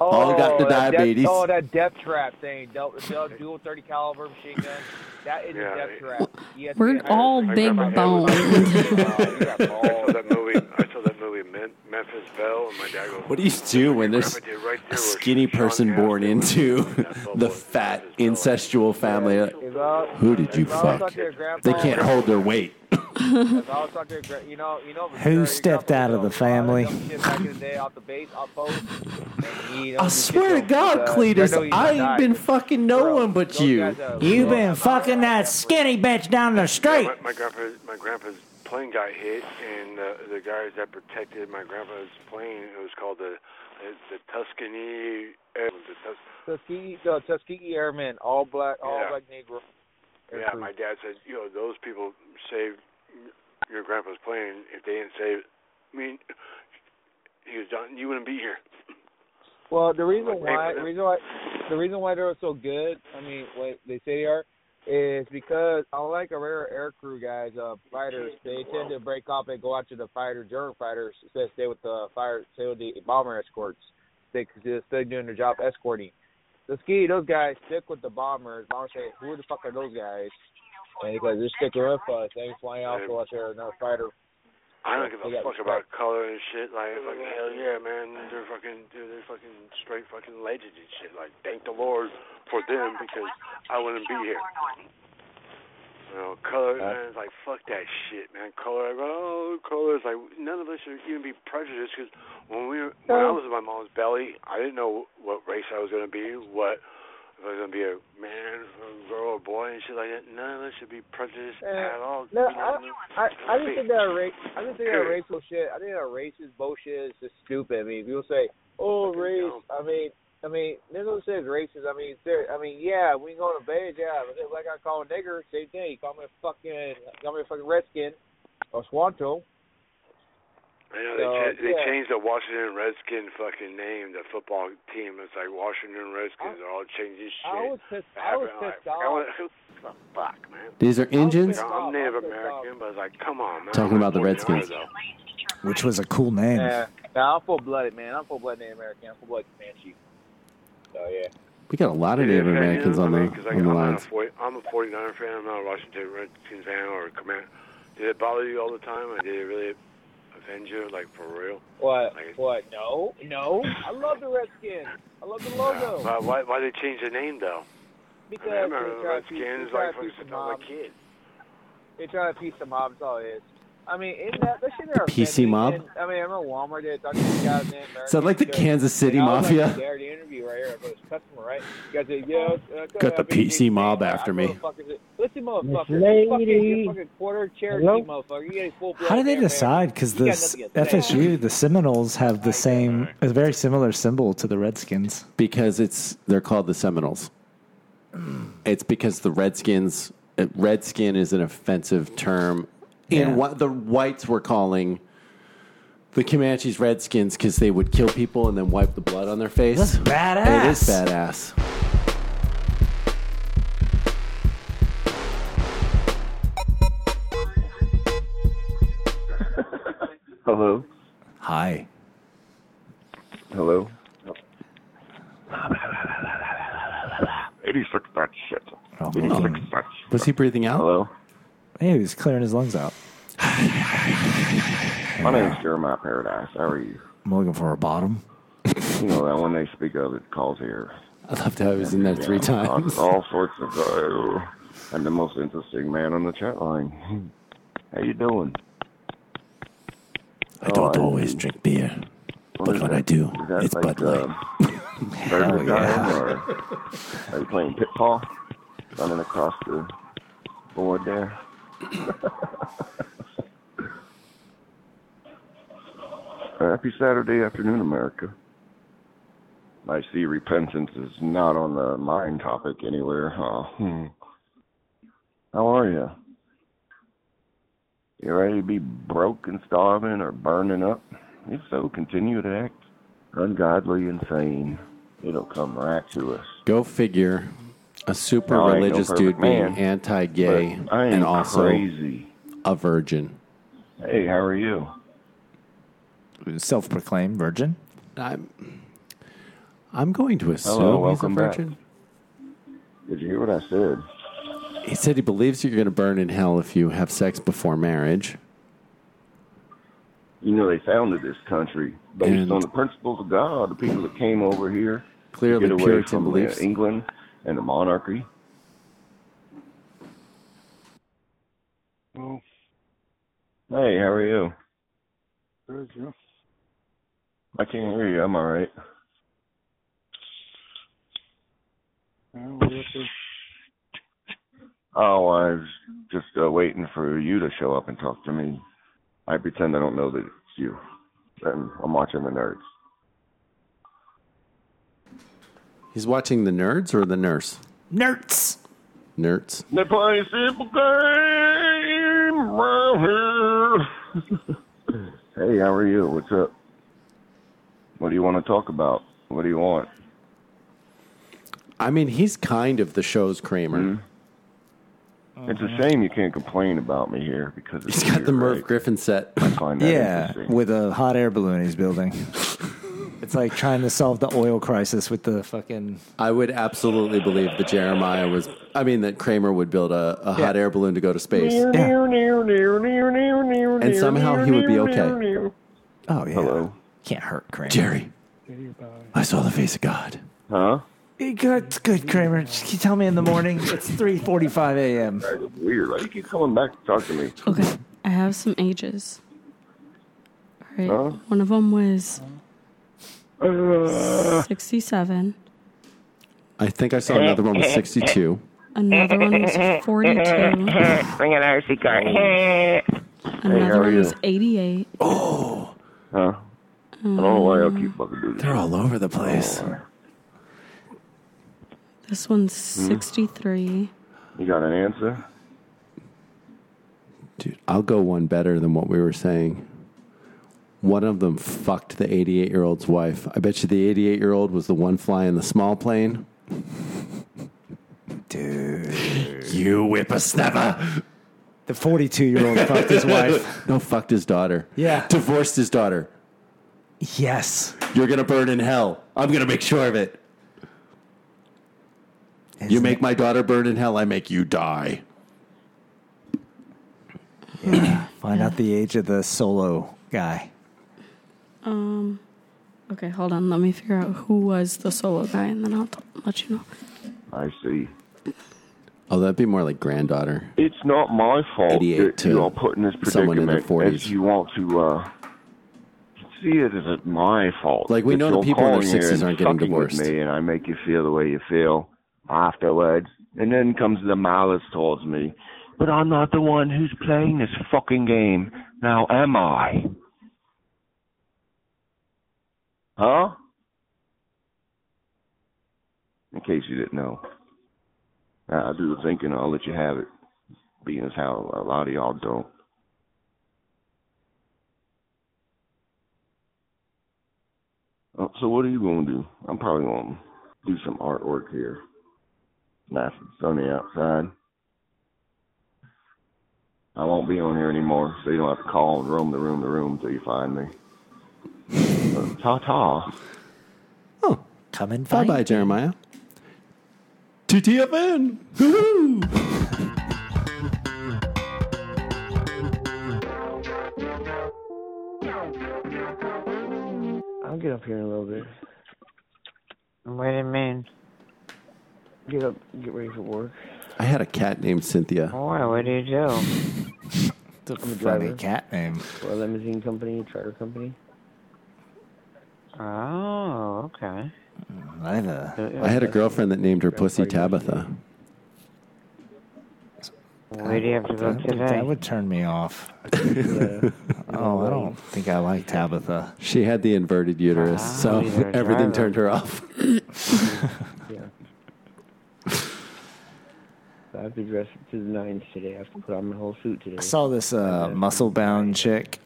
Speaker 8: Oh,
Speaker 2: All got the
Speaker 8: that death-
Speaker 2: diabetes.
Speaker 8: oh, that death trap thing. Dual, dual 30 caliber machine gun. That is
Speaker 9: Yeah,
Speaker 8: a
Speaker 9: it-
Speaker 8: death trap. Yes,
Speaker 4: We're
Speaker 8: yes.
Speaker 4: all big boned.
Speaker 8: Oh, you got
Speaker 9: I saw
Speaker 8: balls.
Speaker 9: that movie. I saw that movie Men- Memphis Belle, and my dad goes,
Speaker 2: What do you do when there's a skinny person born into the fat, incestual family?
Speaker 8: If I-
Speaker 2: Who did you
Speaker 8: if I was
Speaker 2: fuck?
Speaker 8: out there, grandpa,
Speaker 2: They can't hold their weight.
Speaker 8: if I was out there, gra- you know, you know, for
Speaker 1: Who
Speaker 8: sure, your
Speaker 1: stepped
Speaker 8: grandpa
Speaker 1: out of the
Speaker 8: did a lot
Speaker 1: family?
Speaker 8: dumb shit back in the day, out the base, out boat, and he, you know,
Speaker 2: I
Speaker 8: he
Speaker 2: swear to
Speaker 8: shit don't-
Speaker 2: God,
Speaker 8: uh, know
Speaker 2: Cletus,
Speaker 8: he's
Speaker 2: I
Speaker 8: not
Speaker 2: ain't been
Speaker 8: nice.
Speaker 2: fucking no
Speaker 8: Bro,
Speaker 2: one but
Speaker 8: those
Speaker 2: you.
Speaker 8: guys are-
Speaker 1: You've
Speaker 8: bro,
Speaker 1: been
Speaker 8: I'm
Speaker 1: fucking that skinny bitch down the street.
Speaker 9: My, my grandpa, my grandpa's plane got hit, and uh, the guys that protected my grandpa's plane, it was called the the Tuscany. Air- The Tus-
Speaker 8: Tuskegee, uh, Tuskegee Airmen, all black, all
Speaker 9: Yeah.
Speaker 8: black Oh, Negro. Air
Speaker 9: yeah,
Speaker 8: Crew.
Speaker 9: my dad said, you know, those people saved your grandpa's plane. If they didn't save, I mean, he He goes, John, you wouldn't be here.
Speaker 8: Well, the reason
Speaker 9: Like, hey,
Speaker 8: why
Speaker 9: for
Speaker 8: the
Speaker 9: them.
Speaker 8: reason why the reason why they're so good, I mean, what they say they are, is because unlike a rare air crew guys, uh, fighters, they tend to break off and go out to the fighter German fighters instead of stay with the fire, stay with the bomber escorts. They instead of doing their job escorting. The ski, those guys stick with the bombers. Bombers say, who the fuck are those guys? And because they're sticking with us, they flying out go out there another fighter.
Speaker 9: I don't give
Speaker 8: They
Speaker 9: a
Speaker 8: got
Speaker 9: fuck
Speaker 8: respect.
Speaker 9: about color and shit. Like, fucking hell yeah, man. They're fucking, dude, they're fucking straight fucking legends and shit. Like, thank the Lord for them because I wouldn't be here. You know, color,
Speaker 8: Uh,
Speaker 9: man, it's like, fuck that shit, man. Color, oh, color is like, none of us should even be prejudiced because when, we were- when I
Speaker 8: No.
Speaker 9: was in my mom's belly, I didn't know what race I was going to be, what, if I was going to be a man, a girl, a boy, and shit like that. None of us should be prejudiced
Speaker 8: Uh,
Speaker 9: at all.
Speaker 8: No,
Speaker 9: You know what I mean?
Speaker 8: I, I, I just think that race. I just think that
Speaker 9: Period.
Speaker 8: racial shit. I think that racist bullshit is just stupid. I mean, people say, "Oh,
Speaker 9: Fucking
Speaker 8: race."
Speaker 9: dumb.
Speaker 8: I mean, I mean, there's no such racist. I mean, ser- I mean, yeah, we can go to beige, yeah. But like I call a nigger, same thing. You call me a fucking, call me a fucking redskin or squanto.
Speaker 9: I know they
Speaker 8: So,
Speaker 9: cha- they
Speaker 8: yeah.
Speaker 9: changed the Washington Redskin fucking name, the football team. It's like Washington Redskins. They're all changing shit.
Speaker 8: I was pissed. I was
Speaker 9: Happened,
Speaker 8: pissed
Speaker 9: like, I
Speaker 8: off.
Speaker 9: wanna- who the fuck, man?
Speaker 2: These are engines.
Speaker 8: pissed
Speaker 9: I'm Native
Speaker 8: off, I'm pissed
Speaker 9: American, but it's like, come on, man.
Speaker 2: Talking about the Redskins.
Speaker 9: Though.
Speaker 1: which was a cool name.
Speaker 8: Yeah, nah, I'm full blooded, man. I'm full blooded Native American. I'm full blooded Comanche. So yeah.
Speaker 2: We got a lot of Native Americans on the on the
Speaker 9: I'm
Speaker 2: lines.
Speaker 9: Not a 40, I'm a 49 fan. I'm not a Washington Redskins fan or a command. Did it bother you all the time? Or did it really offend you? Like for real?
Speaker 8: What?
Speaker 9: Like-
Speaker 8: What? No, no. I love the Redskins. I love the logo.
Speaker 9: Why, why? Why they change the name though?
Speaker 8: Because
Speaker 9: I
Speaker 8: they
Speaker 9: remember the
Speaker 8: try to teach,
Speaker 9: Redskins
Speaker 8: they try
Speaker 9: like
Speaker 8: to teach the
Speaker 9: fucking
Speaker 8: mob.
Speaker 9: like kids.
Speaker 8: They try to teach the mob. That's all it is. I mean, isn't that that shit? There
Speaker 2: PC mob?
Speaker 8: And, I mean, I remember Walmart did talk to these guys in America.
Speaker 2: Sound like the
Speaker 8: because-
Speaker 2: Kansas City
Speaker 8: and I was,
Speaker 2: Mafia.
Speaker 8: Like, there, the interview right here. I was customer, right? You guys say, yo, uh,
Speaker 2: Got the
Speaker 8: up and
Speaker 2: PC
Speaker 8: say,
Speaker 2: mob
Speaker 8: "Hey,
Speaker 2: after
Speaker 8: I
Speaker 2: me."
Speaker 8: motherfuckers- Listen, motherfucker.
Speaker 1: lady.
Speaker 8: You "Oh, fucking, you fucking quarter Cherokee
Speaker 1: Hello?
Speaker 8: motherfucker. You get a full blood.
Speaker 1: How did they
Speaker 8: Native
Speaker 1: decide?
Speaker 8: American.
Speaker 1: Because
Speaker 8: You
Speaker 1: the
Speaker 8: got
Speaker 1: s-
Speaker 8: nothing to say.
Speaker 1: FSU, the Seminoles, have the same, a very similar symbol to the Redskins.
Speaker 2: Because it's they're called the Seminoles. It's because the Redskins uh, Redskin is an offensive term
Speaker 1: Yeah.
Speaker 2: in what the whites were calling the Comanches Redskins because they would kill people and then wipe the blood on their face.
Speaker 1: That's badass.
Speaker 2: It is badass.
Speaker 10: Hello.
Speaker 5: Hi.
Speaker 10: Hello. Eighty-six that shit.
Speaker 1: Oh,
Speaker 10: Eighty-six
Speaker 1: man.
Speaker 10: that shit.
Speaker 2: Hmm. Was he breathing out?
Speaker 10: Hello.
Speaker 1: Hey, he was clearing his lungs out.
Speaker 10: My name's Jeremiah Paradise. How are you?
Speaker 1: I'm looking for a bottom.
Speaker 10: You know that when they speak of it, calls here.
Speaker 2: I love how he was in there three
Speaker 10: Yeah, all-
Speaker 2: times.
Speaker 10: All sorts of. Uh, I'm the most interesting man on the chat line. How you doing?
Speaker 5: I don't
Speaker 10: Oh, I-
Speaker 5: always drink beer,
Speaker 10: What
Speaker 5: but
Speaker 10: is
Speaker 5: when
Speaker 10: that?
Speaker 5: I do,
Speaker 10: Is that
Speaker 5: it's
Speaker 10: like,
Speaker 5: Bud Light.
Speaker 10: um, Burger Time or are you playing Pitfall? Running across the board there. Uh, Happy Saturday afternoon, America. I see repentance is not on the mind topic anywhere, huh? Hmm. How are you? You ready to be broke and starving or burning up? If so, continue to act ungodly and sane. It'll come right to us.
Speaker 2: Go figure. A super
Speaker 10: No, I ain't no
Speaker 2: religious dude
Speaker 10: perfect
Speaker 2: being
Speaker 10: man,
Speaker 2: anti-gay
Speaker 10: But I ain't
Speaker 2: and also
Speaker 10: crazy.
Speaker 2: a virgin.
Speaker 10: Hey, how are you?
Speaker 1: Self proclaimed virgin.
Speaker 2: I'm, I'm going to assume
Speaker 10: Hello,
Speaker 2: he's a
Speaker 10: welcome back.
Speaker 2: virgin.
Speaker 10: Did you hear what I said?
Speaker 2: He said he believes you're going to burn in hell if you have sex before marriage.
Speaker 10: You know they founded this country based
Speaker 2: And-
Speaker 10: on the principles of God. The people that came over here to
Speaker 2: Clearly,
Speaker 10: get away
Speaker 2: Puritan
Speaker 10: from uh,
Speaker 2: beliefs.
Speaker 10: England and the monarchy. Well, hey, how are you? Good, you. I can't hear you. I'm all right. Oh, I was just uh, waiting for you to show up and talk to me. I pretend I don't know that it's you. And I'm watching the nerds.
Speaker 2: He's watching the nerds or the nurse?
Speaker 1: Nerds.
Speaker 2: Nerds.
Speaker 10: They play a simple game around here. hey, how are you? What's up? What do you want to talk about? What do you want?
Speaker 2: I mean, he's kind of the show's Kramer.
Speaker 10: Hmm? It's a shame you can't complain about me here because
Speaker 2: He's got the Merv Griffin set. I
Speaker 10: find that
Speaker 1: Yeah,
Speaker 10: interesting.
Speaker 1: with a hot air balloon he's building. it's like trying to solve the oil crisis with the fucking.
Speaker 2: I would absolutely believe that Jeremiah was. I mean, that Kramer would build a, a hot air balloon to go to space, and somehow he would be okay.
Speaker 1: Oh yeah,
Speaker 10: Hello.
Speaker 1: can't hurt Kramer.
Speaker 2: Jerry, I saw the face of God.
Speaker 10: Huh?
Speaker 1: Hey, Good, good Kramer. Just can you tell me in the morning. It's three forty-five a.m.
Speaker 10: It's weird. Like you keep coming back to talk to me.
Speaker 4: Okay, I have some ages. All right,
Speaker 10: Huh?
Speaker 4: one of them was
Speaker 10: Uh,
Speaker 4: sixty-seven.
Speaker 2: I think I saw another one with sixty-two.
Speaker 4: Another one was forty-two.
Speaker 8: Bring an RC car.
Speaker 10: how
Speaker 4: Another one
Speaker 10: are you? Oh!
Speaker 4: was eighty-eight.
Speaker 10: Huh? I don't know why I keep fucking doing this. Oh,
Speaker 2: They're all over the place.
Speaker 4: This one's
Speaker 10: Hmm.
Speaker 4: sixty-three.
Speaker 10: You got an answer?
Speaker 2: Dude, I'll go one better than what we were saying. One of them fucked the 88 year old's wife. I bet you the 88 year old was the one flying the small plane. Dude. You whippersnapper.
Speaker 1: The forty-two-year-old fucked his wife.
Speaker 2: No, fucked his daughter.
Speaker 1: Yeah.
Speaker 2: Divorced his daughter.
Speaker 1: Yes,
Speaker 2: You're going to burn in hell. I'm going to make sure of it. you
Speaker 1: Isn't
Speaker 2: make my daughter burn in hell, I make you die.
Speaker 1: find out the age of the solo guy.
Speaker 4: um, Okay, hold on. Let me figure out who was the solo guy, and then I'll t- let you know.
Speaker 10: I see.
Speaker 2: Oh, that'd be more like granddaughter.
Speaker 10: It's not my fault
Speaker 2: 88
Speaker 10: that you
Speaker 2: to
Speaker 10: are put in this
Speaker 2: someone
Speaker 10: predicament.
Speaker 2: in their 40s.
Speaker 10: If you want to uh, see it as it my fault,
Speaker 2: Like, we
Speaker 10: that
Speaker 2: know the
Speaker 10: you're
Speaker 2: people in their
Speaker 10: calling here
Speaker 2: 60s
Speaker 10: and
Speaker 2: aren't getting
Speaker 10: fucking with
Speaker 2: divorced.
Speaker 10: me, and I make you feel the way you feel afterwards, and then comes the malice towards me. But I'm not the one who's playing this fucking game. Now, am I? Huh? In case you didn't know, I I do the thinking. I'll let you have it being as how a lot of y'all don't. Uh, so what are you gonna do? I'm probably gonna do some artwork here. Nice and sunny outside. I won't be on here anymore, so you don't have to call and roam the room the room till you find me. Ta ta.
Speaker 2: Oh,
Speaker 1: Come and
Speaker 2: bye
Speaker 1: find.
Speaker 2: bye, Jeremiah. TTFN. Woohoo!
Speaker 8: I'll get up here in a little bit. I'm right in Maine. Get up, get ready for work.
Speaker 2: I had a cat named Cynthia.
Speaker 8: Why? What do you do?
Speaker 1: It's a
Speaker 8: driver.
Speaker 1: funny cat name.
Speaker 8: For a limousine company, charter company. Oh, okay.
Speaker 1: I have a
Speaker 2: I had a girlfriend that named her pussy Tabitha.
Speaker 8: Where do you have to go
Speaker 1: that would, that
Speaker 8: today?
Speaker 1: would turn me off. oh, I don't think I like Tabitha.
Speaker 2: She had the inverted uterus,
Speaker 1: Ah,
Speaker 2: so
Speaker 8: you're a
Speaker 2: everything
Speaker 8: driver.
Speaker 2: turned her off.
Speaker 8: I have to dress up to the nines today. I have to put on my whole suit today.
Speaker 1: I saw this uh, muscle bound chick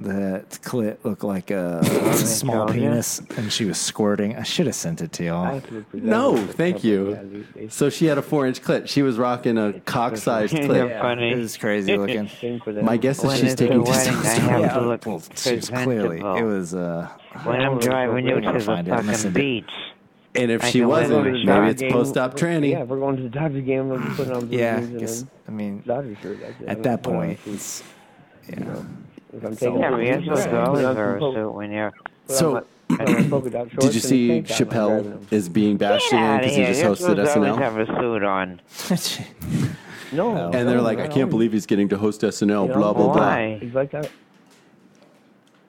Speaker 1: that clit looked like a small
Speaker 8: California?
Speaker 1: penis, and she was squirting. I should have sent it to
Speaker 8: I
Speaker 1: y'all.
Speaker 8: have to look presentable
Speaker 2: No,
Speaker 8: for the
Speaker 2: thank
Speaker 8: company I
Speaker 2: you.
Speaker 8: lead. It's
Speaker 2: So she had a four inch clit. She was rocking a cock sized
Speaker 8: kinda
Speaker 2: clit.
Speaker 1: It
Speaker 8: funny.
Speaker 1: was crazy looking.
Speaker 8: Shame for them.
Speaker 2: My guess is
Speaker 8: When
Speaker 2: she's
Speaker 8: it's a
Speaker 2: taking
Speaker 8: wedding, I have
Speaker 2: testosterone.
Speaker 8: to look
Speaker 1: well, she was clearly
Speaker 8: presentable.
Speaker 1: it was. Uh,
Speaker 8: When I'm driving you
Speaker 1: We're gonna
Speaker 8: to the
Speaker 1: find it. I'm gonna
Speaker 8: fucking
Speaker 1: send it.
Speaker 8: beach.
Speaker 2: And if
Speaker 8: I
Speaker 2: she
Speaker 8: can wear
Speaker 2: wasn't,
Speaker 8: those
Speaker 2: maybe it's
Speaker 8: jogging-
Speaker 2: post op
Speaker 8: Yeah, if
Speaker 2: tranny.
Speaker 8: we're going to the Dodger game. I'm putting on blue
Speaker 1: yeah, I
Speaker 8: jeans and
Speaker 1: guess. I mean,
Speaker 8: a Dodger shirt. That's it.
Speaker 1: at
Speaker 8: I'm
Speaker 1: that
Speaker 8: putting on a
Speaker 1: point,
Speaker 8: suit.
Speaker 1: it's, yeah.
Speaker 8: If I'm taking
Speaker 11: Yeah,
Speaker 8: off,
Speaker 11: we
Speaker 8: I'm
Speaker 11: have
Speaker 8: putting
Speaker 11: to
Speaker 8: on
Speaker 11: go with
Speaker 8: some
Speaker 11: her
Speaker 8: polka-
Speaker 11: suit when you're.
Speaker 8: put on
Speaker 2: So,
Speaker 8: my- put on my polka dot
Speaker 2: Did
Speaker 8: shorts
Speaker 2: you
Speaker 8: and
Speaker 2: see
Speaker 8: tank top, I'm driving
Speaker 2: Chappelle
Speaker 8: them.
Speaker 2: is being bashed in
Speaker 11: Outta
Speaker 2: because he
Speaker 11: here.
Speaker 2: just
Speaker 11: You're
Speaker 2: hosted
Speaker 11: supposed to always
Speaker 2: SNL?
Speaker 11: have a suit on.
Speaker 8: No,
Speaker 2: And they're like, I can't believe he's getting to host SNL,
Speaker 8: You
Speaker 2: blah, blah,
Speaker 8: know,
Speaker 2: blah.
Speaker 11: Why?
Speaker 8: He's like uh,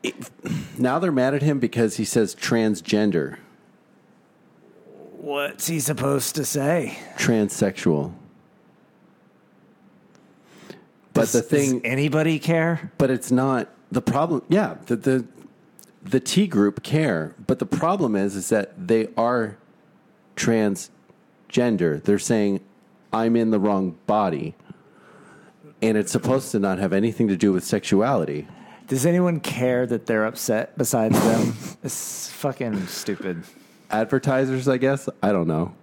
Speaker 8: that.
Speaker 2: Now they're mad at him because he says transgender,
Speaker 1: What's he supposed to say?
Speaker 2: transsexual. But
Speaker 1: Does-
Speaker 2: the
Speaker 1: does
Speaker 2: thing
Speaker 1: anybody care?
Speaker 2: but it's not the problem. Yeah, the the the T group care, but the problem is is that they are transgender. They're saying I'm in the wrong body. And it's supposed to not have anything to do with sexuality.
Speaker 1: Does anyone care that they're upset besides them? it's fucking stupid.
Speaker 2: Advertisers, I guess. I don't know.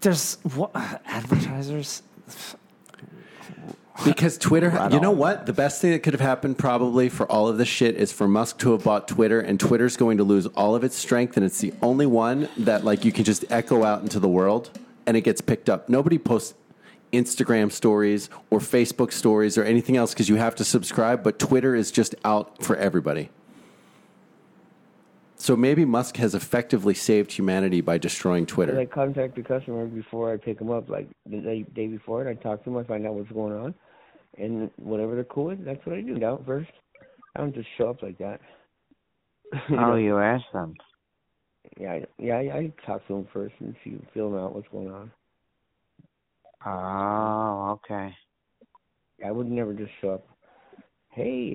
Speaker 1: There's what advertisers.
Speaker 2: Because Twitter,
Speaker 1: Right
Speaker 2: you know
Speaker 1: on.
Speaker 2: what? The best thing that could have happened probably for all of this shit is for Musk to have bought Twitter, and Twitter's going to lose all of its strength, and it's the only one that like you can just echo out into the world, and it gets picked up. Nobody posts Instagram stories or Facebook stories or anything else because you have to subscribe, but Twitter is just out for everybody. So maybe Musk has effectively saved humanity by destroying Twitter.
Speaker 8: Like contact the customer before I pick them up, like the day, day before, and I talk to them, I find out what's going on, and whatever they're cool with, that's what I do. Out first, I don't just show up like that.
Speaker 11: Oh, you asked them.
Speaker 8: Yeah, I, yeah, I, I talk to them first and see, feel them out what's going on.
Speaker 11: Oh, okay.
Speaker 8: I would never just show up. Hey,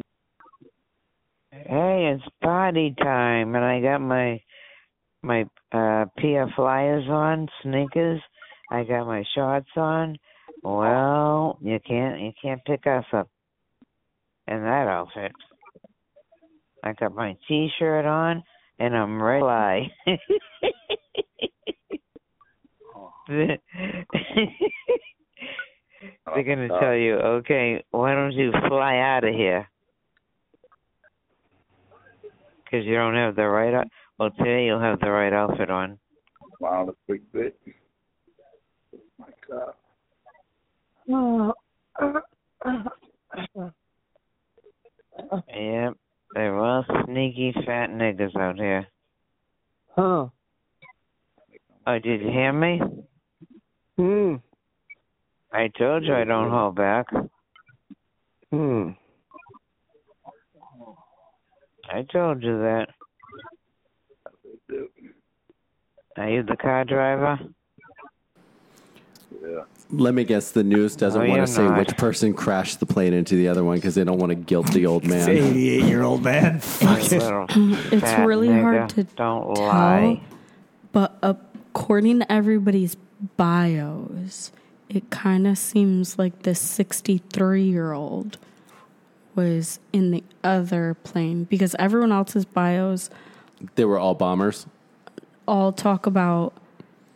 Speaker 11: Hey, it's potty time, and I got my my uh PF flyers on, sneakers. I got my shorts on. Well, you can't you can't pick us up in that outfit. I got my T-shirt on, and I'm ready. to Fly. They're gonna
Speaker 3: Oh,
Speaker 11: tell you, okay, why don't you fly out of here? Because you don't have the right. out- Well, today you'll have the right outfit on.
Speaker 12: Wow, that's pretty good. My God.
Speaker 11: Yep, they're all sneaky fat niggas out here.
Speaker 8: Huh.
Speaker 11: Oh, did you hear me?
Speaker 8: Hmm.
Speaker 11: I told you I don't hold back.
Speaker 8: Hmm.
Speaker 11: I told you that. Are you the car driver?
Speaker 2: Let me guess. The news doesn't
Speaker 11: No,
Speaker 2: want
Speaker 11: you're
Speaker 2: to say
Speaker 11: not.
Speaker 2: which person crashed the plane into the other one because they don't want to guilt the old man.
Speaker 1: 88 year old man. Fuck
Speaker 11: You
Speaker 1: it.
Speaker 11: little
Speaker 4: It's
Speaker 11: fat
Speaker 4: really
Speaker 11: nigga.
Speaker 4: hard to
Speaker 11: Don't
Speaker 4: tell,
Speaker 11: lie.
Speaker 4: but according to everybody's bios, it kind of seems like the 63 year old was in the other plane because everyone else's bios
Speaker 2: They were all bombers.
Speaker 4: all talk about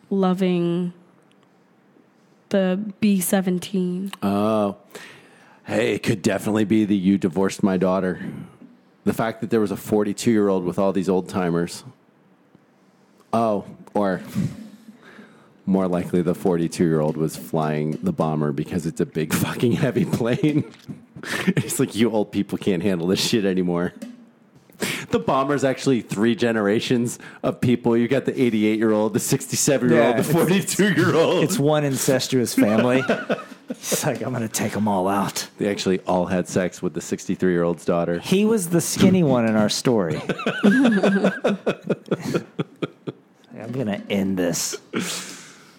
Speaker 4: loving the B 17.
Speaker 2: Oh, hey, it could definitely be the you divorced my daughter. The fact that there was a 42 year old with all these old timers. Oh, or more likely the 42 year old was flying the bomber because it's a big fucking heavy plane. it's like, you old people can't handle this shit anymore. The bomber's actually three generations of people. You got the 88 year old, the 67 year old, the 42 year old.
Speaker 1: It's one incestuous family. He's like, I'm going to take them all out.
Speaker 2: They actually all had sex with the 63 year old's daughter.
Speaker 1: He was the skinny one in our story. I'm going to end this.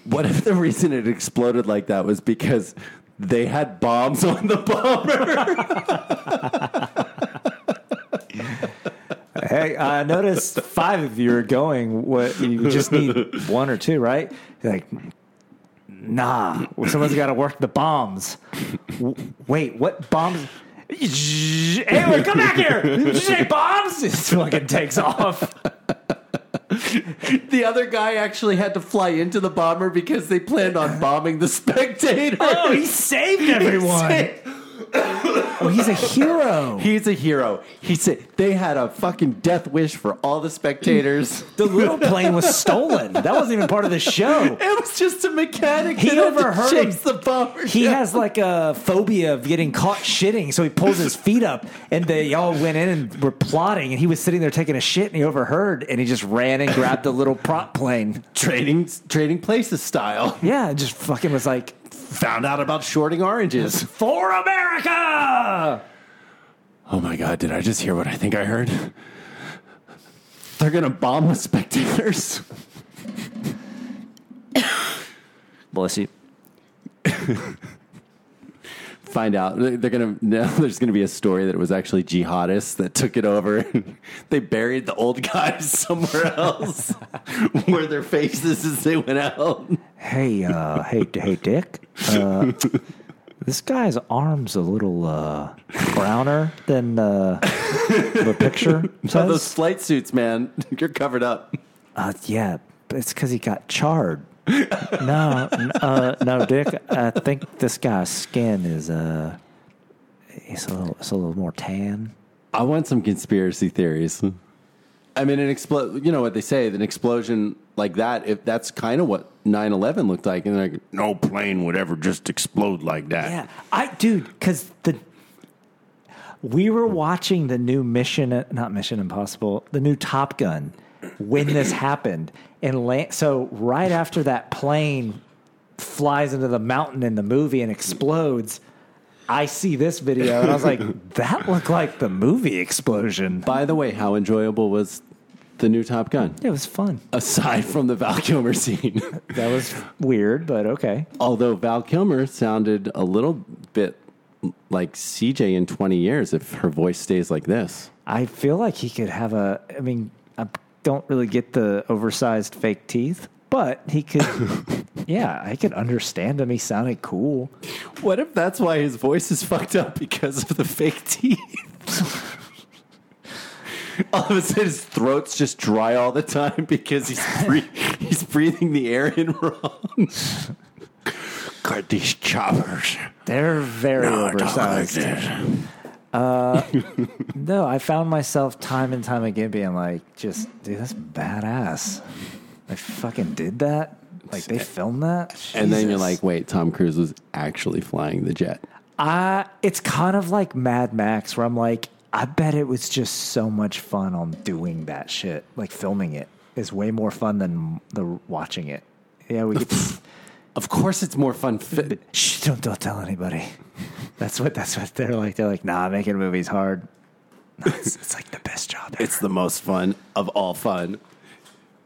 Speaker 2: What if the reason it exploded like that was because they had bombs on the bomber?
Speaker 1: Hey, I noticed five of you are going. What you just need one or two, right? You're like, nah, someone's got to work the bombs. W- Wait, what bombs? Anyway, come back here. Did you say bombs? It fucking takes off.
Speaker 2: the other guy actually had to fly into the bomber because they planned on bombing the spectator.
Speaker 1: Oh, he saved everyone.
Speaker 2: oh,
Speaker 1: he's a hero.
Speaker 2: He's a hero. He said they had a fucking death wish for all the spectators.
Speaker 1: The little plane was stolen. That wasn't even part of the show.
Speaker 2: It was just a mechanic.
Speaker 1: He
Speaker 2: that had to
Speaker 1: overheard
Speaker 2: chase
Speaker 1: him.
Speaker 2: the bomber.
Speaker 1: He
Speaker 2: down.
Speaker 1: has like a phobia of getting caught shitting, so he pulls his feet up, and they all went in and were plotting, and he was sitting there taking a shit, and he overheard, and he just ran and grabbed the little prop plane,
Speaker 2: trading trading places style.
Speaker 1: Yeah, and just fucking was like,
Speaker 2: found out about shorting oranges
Speaker 1: for America.
Speaker 2: Ah! Oh my god, did I just hear what I think I heard? They're gonna bomb the spectators.
Speaker 1: Bless you.
Speaker 2: Find out. They- They're gonna now there's gonna be a story that it was actually jihadists that took it over they buried the old guys somewhere else where their faces as they went out.
Speaker 1: Hey, uh, hey, hey, Dick. Uh, This guy's arm's a little uh, browner than uh, the picture
Speaker 2: So
Speaker 1: says.
Speaker 2: those flight suits, man, you're covered up.
Speaker 1: Uh, yeah, but it's because he got charred. no, n- uh, no, Dick. I think this guy's skin is uh, it's a little, it's a little more tan.
Speaker 2: I want some conspiracy theories. I mean, an expl You know what they say? An explosion like that. If that's kind of what 9-11 looked like, and they're like no plane would ever just explode like that.
Speaker 1: Yeah, I dude, because the we were watching the new Mission, not Mission Impossible, the new Top Gun when this happened, and land, so right after that plane flies into the mountain in the movie and explodes. I see this video and I was like, that looked like the movie explosion.
Speaker 2: By the way, how enjoyable was the new Top Gun?
Speaker 1: It was fun.
Speaker 2: Aside from the Val Kilmer scene,
Speaker 1: that was weird, but okay.
Speaker 2: Although Val Kilmer sounded a little bit like CJ in twenty years, if her voice stays like this.
Speaker 1: I feel like he could have a. I mean, I don't really get the oversized fake teeth, but he could. yeah, I could understand him. He sounded cool.
Speaker 2: What if that's why his voice is fucked up because of the fake teeth? all of a sudden, his throat's just dry all the time because he's bre- he's breathing the air in wrong. God, these choppers.
Speaker 1: They're very
Speaker 2: No, I don't
Speaker 1: oversized.
Speaker 2: like that.
Speaker 1: Uh, no, I found myself time and time again being like, just dude, that's badass. They fucking did that. Like they filmed that.
Speaker 2: And then you're
Speaker 1: Jesus.
Speaker 2: like, wait, Tom Cruise was actually flying the jet.
Speaker 1: I it's kind of like Mad Max where I'm like, I bet it was just so much fun on doing that shit. Like filming it is way more fun than the watching it. Yeah, we get to,
Speaker 2: Of course, it's more fun. Fi-
Speaker 1: Shh, don't don't tell anybody. That's what that's what they're like. They're like, nah, making movies hard. No, it's, it's like the best job.
Speaker 2: It's the most fun of all fun.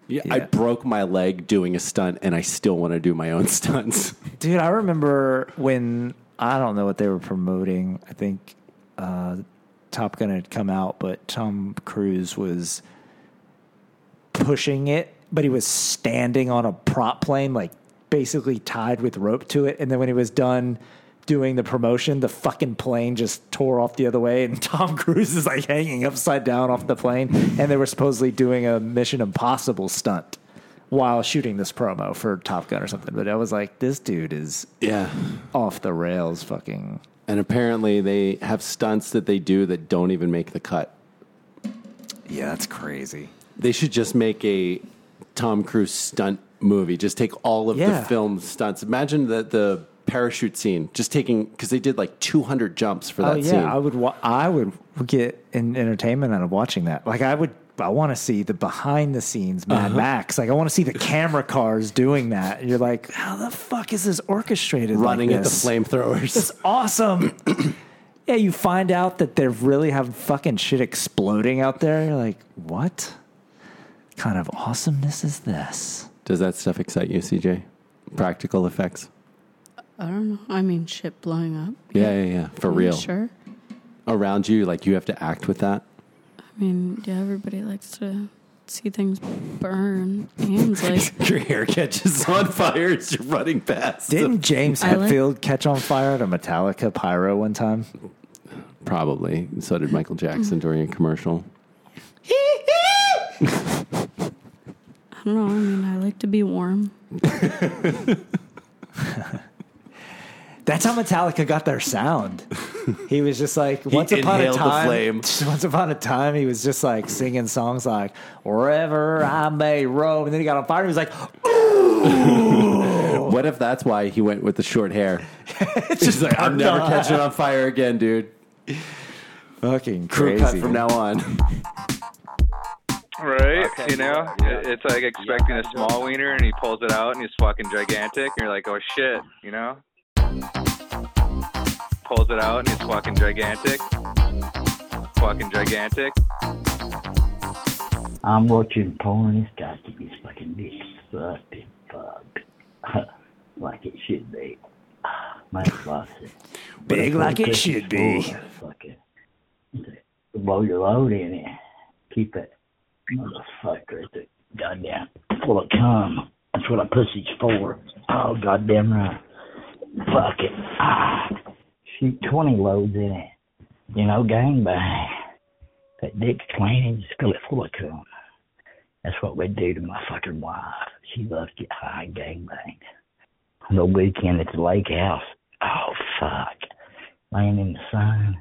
Speaker 2: Yeah, I broke my leg doing a stunt, and I still want to do my own stunts.
Speaker 1: Dude, I remember when I don't know what they were promoting. I think uh, Top Gun had come out, but Tom Cruise was pushing it, but he was standing on a prop plane, like basically tied with rope to it. And then when he was done doing the promotion, the fucking plane just tore off the other way, and Tom Cruise is like hanging upside down off the plane. And they were supposedly doing a Mission Impossible stunt while shooting this promo for Top Gun or something. But I was like, this dude is
Speaker 2: yeah
Speaker 1: off the rails, fucking.
Speaker 2: And apparently, they have stunts that they do that don't even make the cut.
Speaker 1: Yeah, that's crazy.
Speaker 2: They should just make a Tom Cruise stunt movie. Just take all of
Speaker 1: Yeah.
Speaker 2: the film stunts. Imagine the, the parachute scene, just taking, because they did like 200 jumps for that
Speaker 1: oh yeah,
Speaker 2: scene.
Speaker 1: I would. Wa- I would get in entertainment out of watching that. Like I would. I want to see the behind the scenes Mad
Speaker 2: Uh-huh.
Speaker 1: Max. Like I want to see the camera cars doing that. And you're like, how the fuck is this orchestrated? like
Speaker 2: Running at the
Speaker 1: this?
Speaker 2: flamethrowers.
Speaker 1: It's awesome. yeah, you find out that they really have fucking shit exploding out there. You're like, what kind of awesomeness is this?
Speaker 2: Does that stuff excite you, CJ? Practical effects?
Speaker 4: I don't know. I mean, shit blowing up.
Speaker 2: Yeah, yeah, yeah. For
Speaker 4: Are you
Speaker 2: real.
Speaker 4: Sure.
Speaker 2: Around you, like you have to act with that.
Speaker 4: I mean, yeah, everybody likes to see things burn. Ian's like,
Speaker 2: Your hair catches on fire as you're running past.
Speaker 1: Didn't James
Speaker 4: I like-
Speaker 1: Hetfield catch on fire at a Metallica pyro one time?
Speaker 2: Probably. So did Michael Jackson during a commercial.
Speaker 4: I don't know. I mean, I like to be warm.
Speaker 1: That's how Metallica got their sound. He was just like once upon a
Speaker 2: inhaled the
Speaker 1: time.
Speaker 2: flame.
Speaker 1: Once upon a time, he was just like singing songs like "Wherever I May Roam," and then he got on fire. And he was like,
Speaker 2: What if that's why he went with the short hair? it's
Speaker 1: just
Speaker 2: like, I'm
Speaker 1: burned
Speaker 2: never
Speaker 1: on."
Speaker 2: catching on fire again, dude.
Speaker 1: "Fucking
Speaker 2: Crew cut
Speaker 1: crazy!"
Speaker 2: from now on.
Speaker 13: Right? You know? It- It's like expecting a small wiener and he pulls it out and he's fucking gigantic and you're like, oh shit, you know? Pulls it out and he's fucking gigantic. Fucking gigantic.
Speaker 14: I'm watching porn. It's got to be fucking this fucking fuck. like it should be. My closet.
Speaker 1: Big like it should be.
Speaker 14: Fucking. Blow your load in it. Keep it. Motherfucker. It's a goddamn full of cum. That's what a pussy's for. Oh, goddamn right. Fuck it. Ah. shoot 20 loads in it. You know, gang bang. That dick's clean and just fill it full of cum. That's what we do to my fucking wife. She loves to get high and gang bang. On the weekend at the lake house. Oh, fuck. Laying in the sun.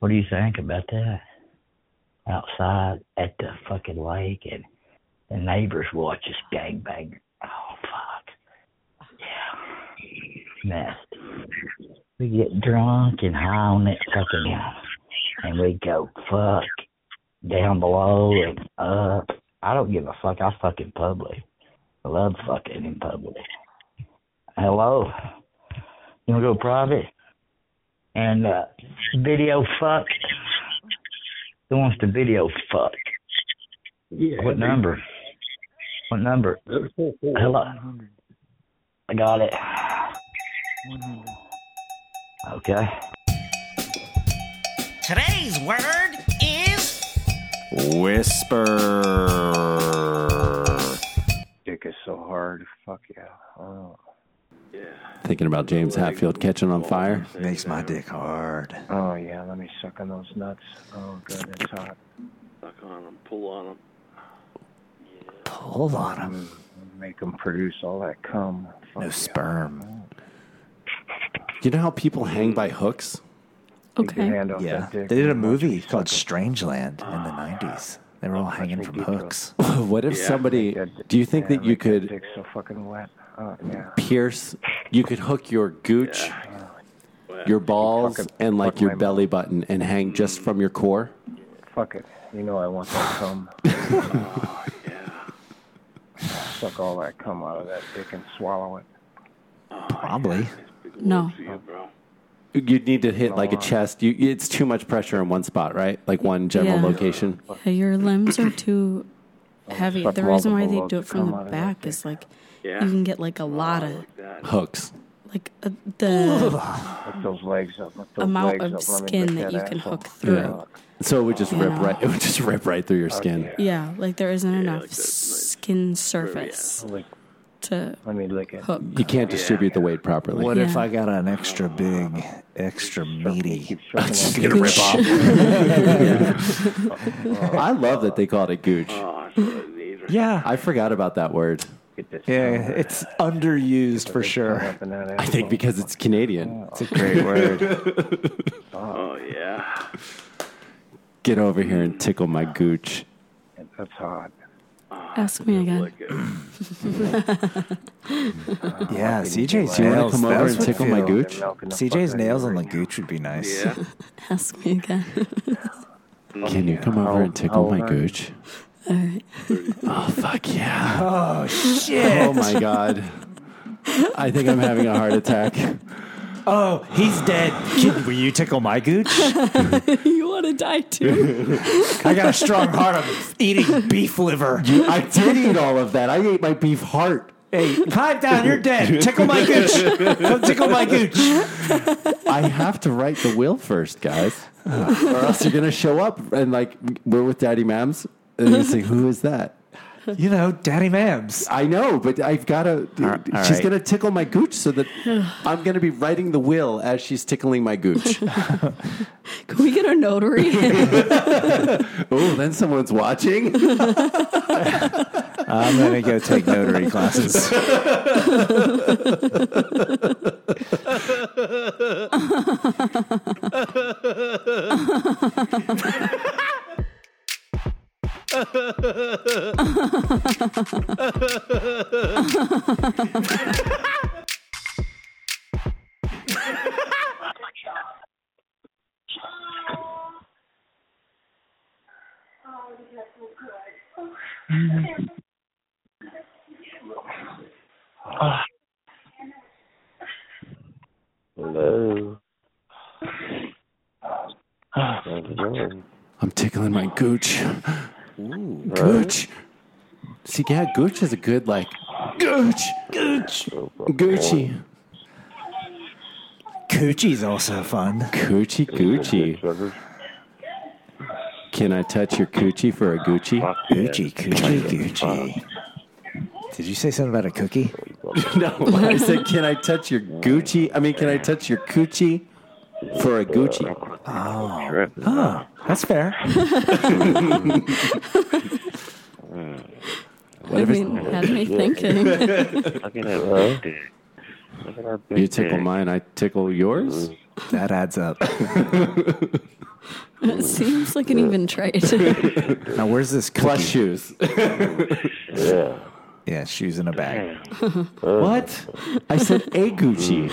Speaker 14: What do you think about that? Outside at the fucking lake and the neighbors watch us gang bang. Oh, mess. We get drunk and high on that fucking, and we go fuck down below and up. I don't give a fuck. I fuck in public. I love fucking in public. Hello, you wanna go private? And uh, video fuck. Who wants to video fuck?
Speaker 12: Yeah.
Speaker 14: What number? What number? Hello. I got it.
Speaker 15: Mm-hmm.
Speaker 14: Okay.
Speaker 15: Today's word is
Speaker 5: Whisper.
Speaker 3: Dick is so hard. Fuck yeah. Oh.
Speaker 2: Thinking about James Hatfield catching on fire.
Speaker 1: Makes my dick hard.
Speaker 3: Oh yeah, let me suck on those nuts. Oh god, that's hot.
Speaker 12: Suck on them, pull on them.
Speaker 5: Pull on them.
Speaker 3: Mm, Make them produce all that cum.
Speaker 5: No sperm.
Speaker 2: You know how people hang by hooks?
Speaker 1: Okay.
Speaker 3: hand off
Speaker 1: yeah.
Speaker 3: that
Speaker 1: They
Speaker 3: dick
Speaker 1: did a movie called Strangeland in the 90s. They were all hanging from hooks.
Speaker 2: Ah, what if somebody? Do you think that you could
Speaker 3: Dick's so fucking wet. Oh yeah.
Speaker 2: pierce? You could hook your gooch, your balls,
Speaker 3: Fucking-
Speaker 2: and like
Speaker 3: fuck
Speaker 2: your
Speaker 3: my
Speaker 2: belly button, and hang just from your core.
Speaker 3: Fuck it. You know I want that cum. oh yeah. Suck all that cum out of that dick and swallow it.
Speaker 5: Probably.
Speaker 4: No.
Speaker 2: You'd need to hit like a chest. You, it's too much pressure in one spot, right? Like one general
Speaker 4: Yeah.
Speaker 2: location.
Speaker 4: Yeah, your limbs are too heavy.
Speaker 2: fuck
Speaker 4: The reason why they
Speaker 2: multiple loads
Speaker 4: do it
Speaker 2: to
Speaker 4: from
Speaker 2: come
Speaker 4: the
Speaker 2: out of that
Speaker 4: back is like
Speaker 3: Yeah.
Speaker 4: you can get like a lot of
Speaker 2: Hooks.
Speaker 4: like uh, the
Speaker 3: Lift those legs up. Lift those
Speaker 4: amount
Speaker 3: legs
Speaker 4: of
Speaker 3: up. Let me
Speaker 4: skin
Speaker 3: lick
Speaker 4: that you can
Speaker 3: asshole.
Speaker 4: hook through.
Speaker 2: Yeah. So it would just
Speaker 4: You
Speaker 2: rip
Speaker 4: know.
Speaker 2: right. It would just rip right through your skin.
Speaker 4: Yeah, like there isn't enough skin surface to
Speaker 3: Let me lick it.
Speaker 4: hook.
Speaker 2: You can't distribute the weight properly.
Speaker 1: What if
Speaker 4: Yeah.
Speaker 1: I got an extra big, extra meaty?
Speaker 2: Just get a rip off. I love that they called it gooch.
Speaker 1: Yeah,
Speaker 2: I forgot about that word.
Speaker 1: Yeah, it's underused for sure.
Speaker 2: I think because it's Canadian. It's
Speaker 1: a great
Speaker 2: word.
Speaker 12: Oh, yeah.
Speaker 2: Get over here and tickle my gooch.
Speaker 3: That's hot.
Speaker 4: Ask me again.
Speaker 1: Yeah, CJ's
Speaker 2: You wanna
Speaker 1: nails.
Speaker 2: come over
Speaker 1: that's
Speaker 2: and
Speaker 1: what
Speaker 2: tickle my
Speaker 1: feel-
Speaker 2: gooch?
Speaker 1: CJ's nails on the gooch would be nice.
Speaker 4: Ask me again.
Speaker 2: Can you come over and tickle my gooch?
Speaker 4: All right.
Speaker 2: Oh fuck yeah!
Speaker 1: Oh shit!
Speaker 2: Oh my god! I think I'm having a heart attack.
Speaker 1: Oh, he's dead. Kid, will you tickle my gooch?
Speaker 4: you want to die too?
Speaker 1: I got a strong heart. I'm eating beef liver.
Speaker 2: You, I did eat all of that. I ate my beef heart.
Speaker 1: Hey, climb down. You're dead. Tickle my gooch. Come tickle my gooch.
Speaker 2: I have to write the will first, guys, or else you're gonna show up and like we're with Daddy Mams, and you say, "Who is that?"
Speaker 1: You know, Daddy Mams.
Speaker 2: I know, but I've got to.
Speaker 1: all
Speaker 2: she's
Speaker 1: right.
Speaker 2: gonna tickle my gooch, so that I'm gonna be writing the will as she's tickling my gooch.
Speaker 4: Can we get a notary?
Speaker 2: oh, then someone's watching.
Speaker 1: I'm gonna go take notary classes.
Speaker 12: Hello.
Speaker 2: I'm tickling my gooch. Gooch. See, yeah, gooch is a good like gooch, gooch, Gucci.
Speaker 1: Coochie's also fun.
Speaker 2: Coochie Gucci. Can I touch your coochie for a Gucci?
Speaker 1: Gucci, Gucci, Gucci. Did you say something about a cookie?
Speaker 2: no, I said, can I touch your Gucci? I mean, can I touch your coochie? for a Gucci.
Speaker 16: Oh, oh that's fair.
Speaker 4: I mean, had me thinking.
Speaker 2: You tickle mine, I tickle yours.
Speaker 1: That adds up.
Speaker 4: It seems like an even trade.
Speaker 1: now, where's this cookie? Plus
Speaker 2: shoes.
Speaker 1: yeah. Yeah, shoes in a bag.
Speaker 16: what?
Speaker 1: I said a Gucci.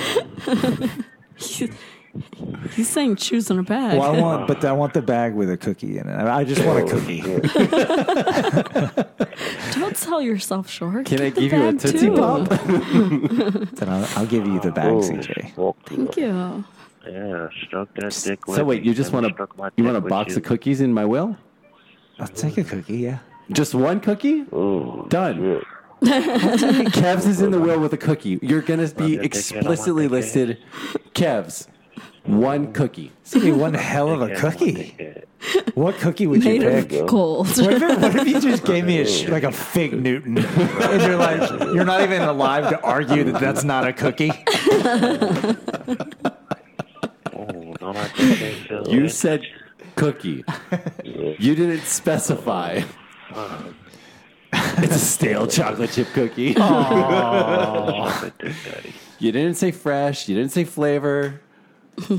Speaker 4: Mm. He's saying shoes in a bag.
Speaker 16: Well, I want, but I want the bag with a cookie in it. I just want a cookie.
Speaker 4: Don't sell yourself short.
Speaker 16: Can I
Speaker 4: Get the
Speaker 16: give you a
Speaker 4: bag,
Speaker 16: Tootsie
Speaker 4: too.
Speaker 16: Pop?
Speaker 1: then I'll, I'll give you the bag,
Speaker 3: Oh,
Speaker 1: CJ.
Speaker 4: Thank you.
Speaker 3: Yeah, stroke that dick with
Speaker 2: So wait, you
Speaker 3: me.
Speaker 2: just
Speaker 3: Let me
Speaker 2: want
Speaker 3: stroke my
Speaker 2: to you want a
Speaker 3: dick with
Speaker 2: box
Speaker 3: you.
Speaker 2: of cookies in my will?
Speaker 16: I'll take a cookie. Yeah.
Speaker 2: Just one cookie? Done. Kev's is in the will with a cookie. You're gonna
Speaker 3: Well, they-
Speaker 2: be
Speaker 3: they said I want
Speaker 2: explicitly
Speaker 3: the cake.
Speaker 2: listed. Kev's, one cookie.
Speaker 16: It's gonna be one hell of a cookie. What cookie would
Speaker 4: Made
Speaker 16: you
Speaker 4: of
Speaker 16: pick?
Speaker 4: gold.
Speaker 16: What if, what if you just gave me a sh- like a fig Newton, and you're like, you're not even alive to argue that that's not a cookie?
Speaker 3: Oh, don't I think they feel
Speaker 2: You
Speaker 3: it?
Speaker 2: said cookie. you didn't specify. it's a stale chocolate chip cookie.
Speaker 3: Aw.
Speaker 2: you didn't say fresh. You didn't say flavor. You,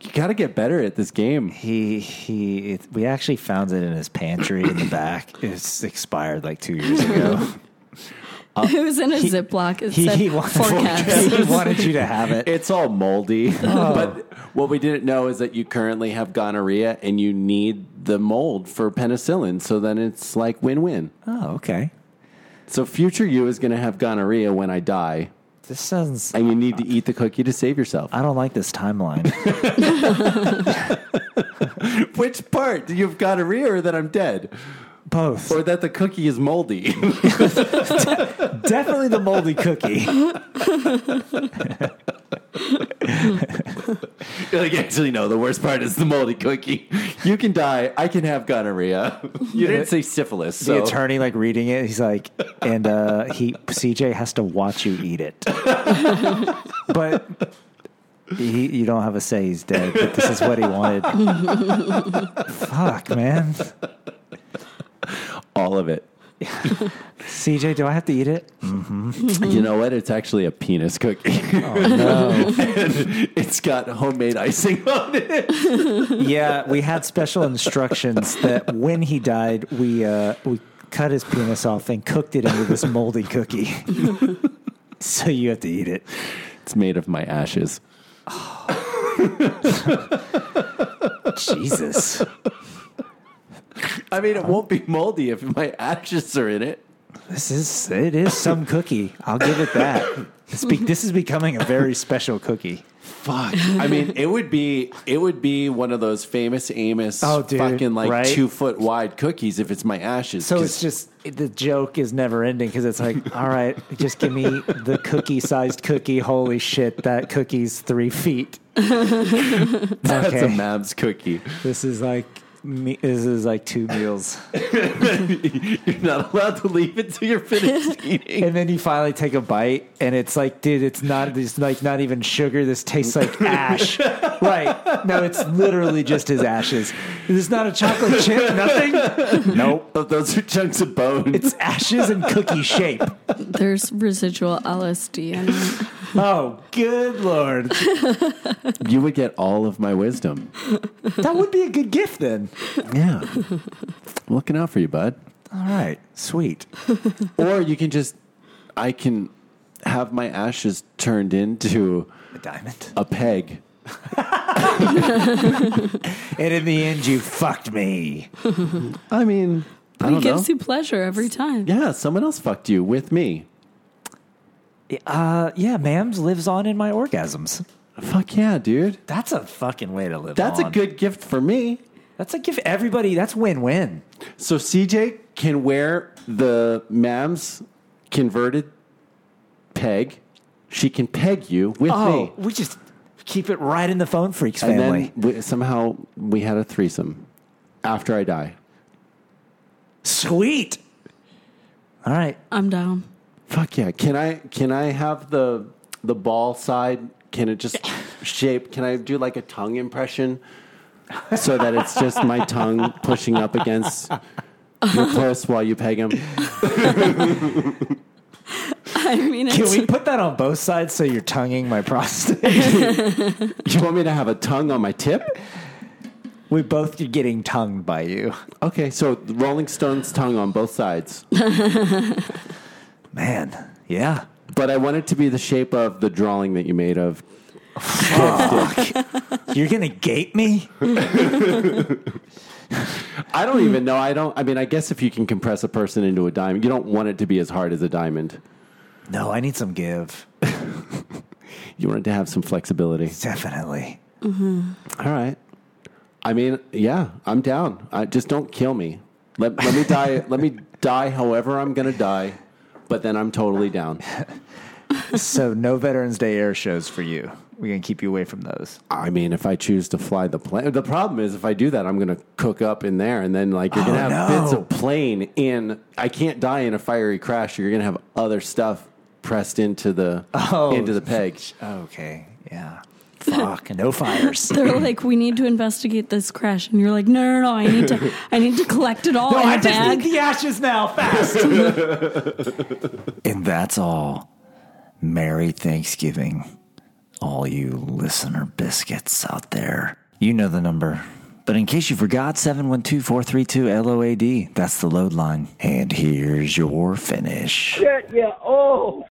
Speaker 2: you got to get better at this game.
Speaker 1: He he. It, we actually found it in his pantry in the back. It's expired like two years ago.
Speaker 4: it was in a Ziploc. It said four caps.
Speaker 2: you
Speaker 1: to have it. Oh.
Speaker 2: It's all moldy. But what we didn't know is that you currently have gonorrhea and you need the mold for penicillin. So then it's like win win.
Speaker 1: Oh, okay.
Speaker 2: So future you is going to have gonorrhea when I die.
Speaker 1: This sounds.
Speaker 2: And you need to eat the cookie to save yourself.
Speaker 1: I don't like this timeline.
Speaker 2: Which part? Do you have gonorrhea or that I'm dead?
Speaker 16: Both.
Speaker 2: Or that the cookie is moldy.
Speaker 16: Definitely the moldy cookie.
Speaker 2: You're like, actually, no, the worst part is the moldy cookie. You can die. I can have gonorrhea. You didn't say syphilis.
Speaker 1: The
Speaker 2: so-
Speaker 1: attorney like reading it. He's like, and uh, he CJ has to watch you eat it, but he, you don't have a say. He's dead, but this is what he wanted. Fuck, man.
Speaker 2: All of it.
Speaker 1: CJ, do I have to eat it? Mm-hmm.
Speaker 2: You know what? It's actually a penis cookie.
Speaker 16: Oh,
Speaker 2: And it's got homemade icing on it.
Speaker 1: yeah, we had special instructions that when he died, we uh, we cut his penis off and cooked it into this moldy cookie. so you have to eat it.
Speaker 2: It's made of my ashes.
Speaker 1: Jesus.
Speaker 2: I mean, it won't be moldy if my ashes are in it.
Speaker 1: This is it is some cookie. I'll give it that. It's be, this is becoming a very special cookie.
Speaker 2: Fuck. I mean, it would be it would be one of those famous Amos
Speaker 1: Oh, dude,
Speaker 2: fucking like
Speaker 1: right?
Speaker 2: two foot wide cookies if it's my ashes.
Speaker 1: So
Speaker 2: 'cause
Speaker 1: it's just the joke is never ending because it's like, all right, just give me the cookie sized cookie. Holy shit, that cookie's three feet.
Speaker 2: that's a
Speaker 1: okay.
Speaker 2: Mab's cookie.
Speaker 1: This is like me, this is like two meals.
Speaker 2: You're not allowed to leave until you're finished eating.
Speaker 1: and then you finally take a bite and it's like dude it's not it's like not even sugar this tastes like ash right no it's literally just his ashes this is not a chocolate chip nothing nope
Speaker 2: But those are chunks of bone.
Speaker 1: it's ashes in cookie shape
Speaker 4: There's residual LSD in it.
Speaker 1: oh good lord
Speaker 2: you would get all of my wisdom.
Speaker 1: that would be a good gift then
Speaker 2: Yeah. Looking out for you, bud.
Speaker 1: all right sweet
Speaker 2: Or you can just I can have my ashes turned into
Speaker 1: a diamond
Speaker 2: a peg.
Speaker 1: and in the end you fucked me
Speaker 2: I mean, I
Speaker 4: He
Speaker 2: don't know.
Speaker 4: gives you pleasure every time.
Speaker 2: yeah, someone else fucked you with me.
Speaker 1: uh yeah mams lives on in my orgasms
Speaker 2: Fuck yeah, dude.
Speaker 1: that's a fucking way to live
Speaker 2: That's a
Speaker 1: on.
Speaker 2: good gift for me.
Speaker 1: that's a gift everybody that's win-win
Speaker 2: So CJ can wear the Mams converted peg. She can peg you with
Speaker 1: Oh,
Speaker 2: me.
Speaker 1: we just keep it right in the phone freaks
Speaker 2: And
Speaker 1: family.
Speaker 2: then we, somehow we had a threesome after I die.
Speaker 1: Sweet. All right.
Speaker 4: I'm down.
Speaker 2: Fuck yeah. Can I can I have the the ball side? Can it just shape. Can I do like a tongue impression so that it's just my tongue pushing up against your puss while you peg him?
Speaker 4: I mean,
Speaker 12: Can
Speaker 4: it's,
Speaker 12: we put that on both sides so you're tonguing my prostate?
Speaker 2: you want me to have a tongue on my tip?
Speaker 12: We both are getting tongued by you.
Speaker 2: Okay, so Rolling Stone's tongue on both sides.
Speaker 12: Man, yeah.
Speaker 2: But I want it to be the shape of the drawing that you made of.
Speaker 12: You're gonna gate me?
Speaker 2: I don't even know. I don't. I mean, I guess if you can compress a person into a diamond, you don't want it to be as hard as a diamond.
Speaker 12: No, I need some give.
Speaker 2: You want it to have some flexibility.
Speaker 12: Definitely.
Speaker 4: hmm
Speaker 2: All right. I mean, yeah, I'm down. I, just don't kill me. Let, let me die. let me die. However, I'm gonna die. But then I'm totally down.
Speaker 12: so no Veterans Day air shows for you. We're gonna keep you away from those.
Speaker 2: I mean, if I choose to fly the plane, the problem is if I do that, I'm gonna cook up in there, and then like you're gonna
Speaker 12: Oh,
Speaker 2: have
Speaker 12: no.
Speaker 2: bits of plane in. I can't die in a fiery crash. You're gonna have other stuff pressed into the
Speaker 12: Oh.
Speaker 2: into the peg.
Speaker 12: Okay. Yeah. Fuck. No fires.
Speaker 4: They're like, we need to investigate this crash, and you're like, no, no, no, I need to, I need to collect it all
Speaker 12: No,
Speaker 4: in
Speaker 12: I
Speaker 4: a
Speaker 12: just
Speaker 4: bag.
Speaker 12: need the ashes now, fast.
Speaker 1: And that's all. Merry Thanksgiving, all you listener biscuits out there. You know the number. But in case you forgot, 712 432 LOAD. That's the load line. And here's your finish.
Speaker 3: Shit, yeah. Oh.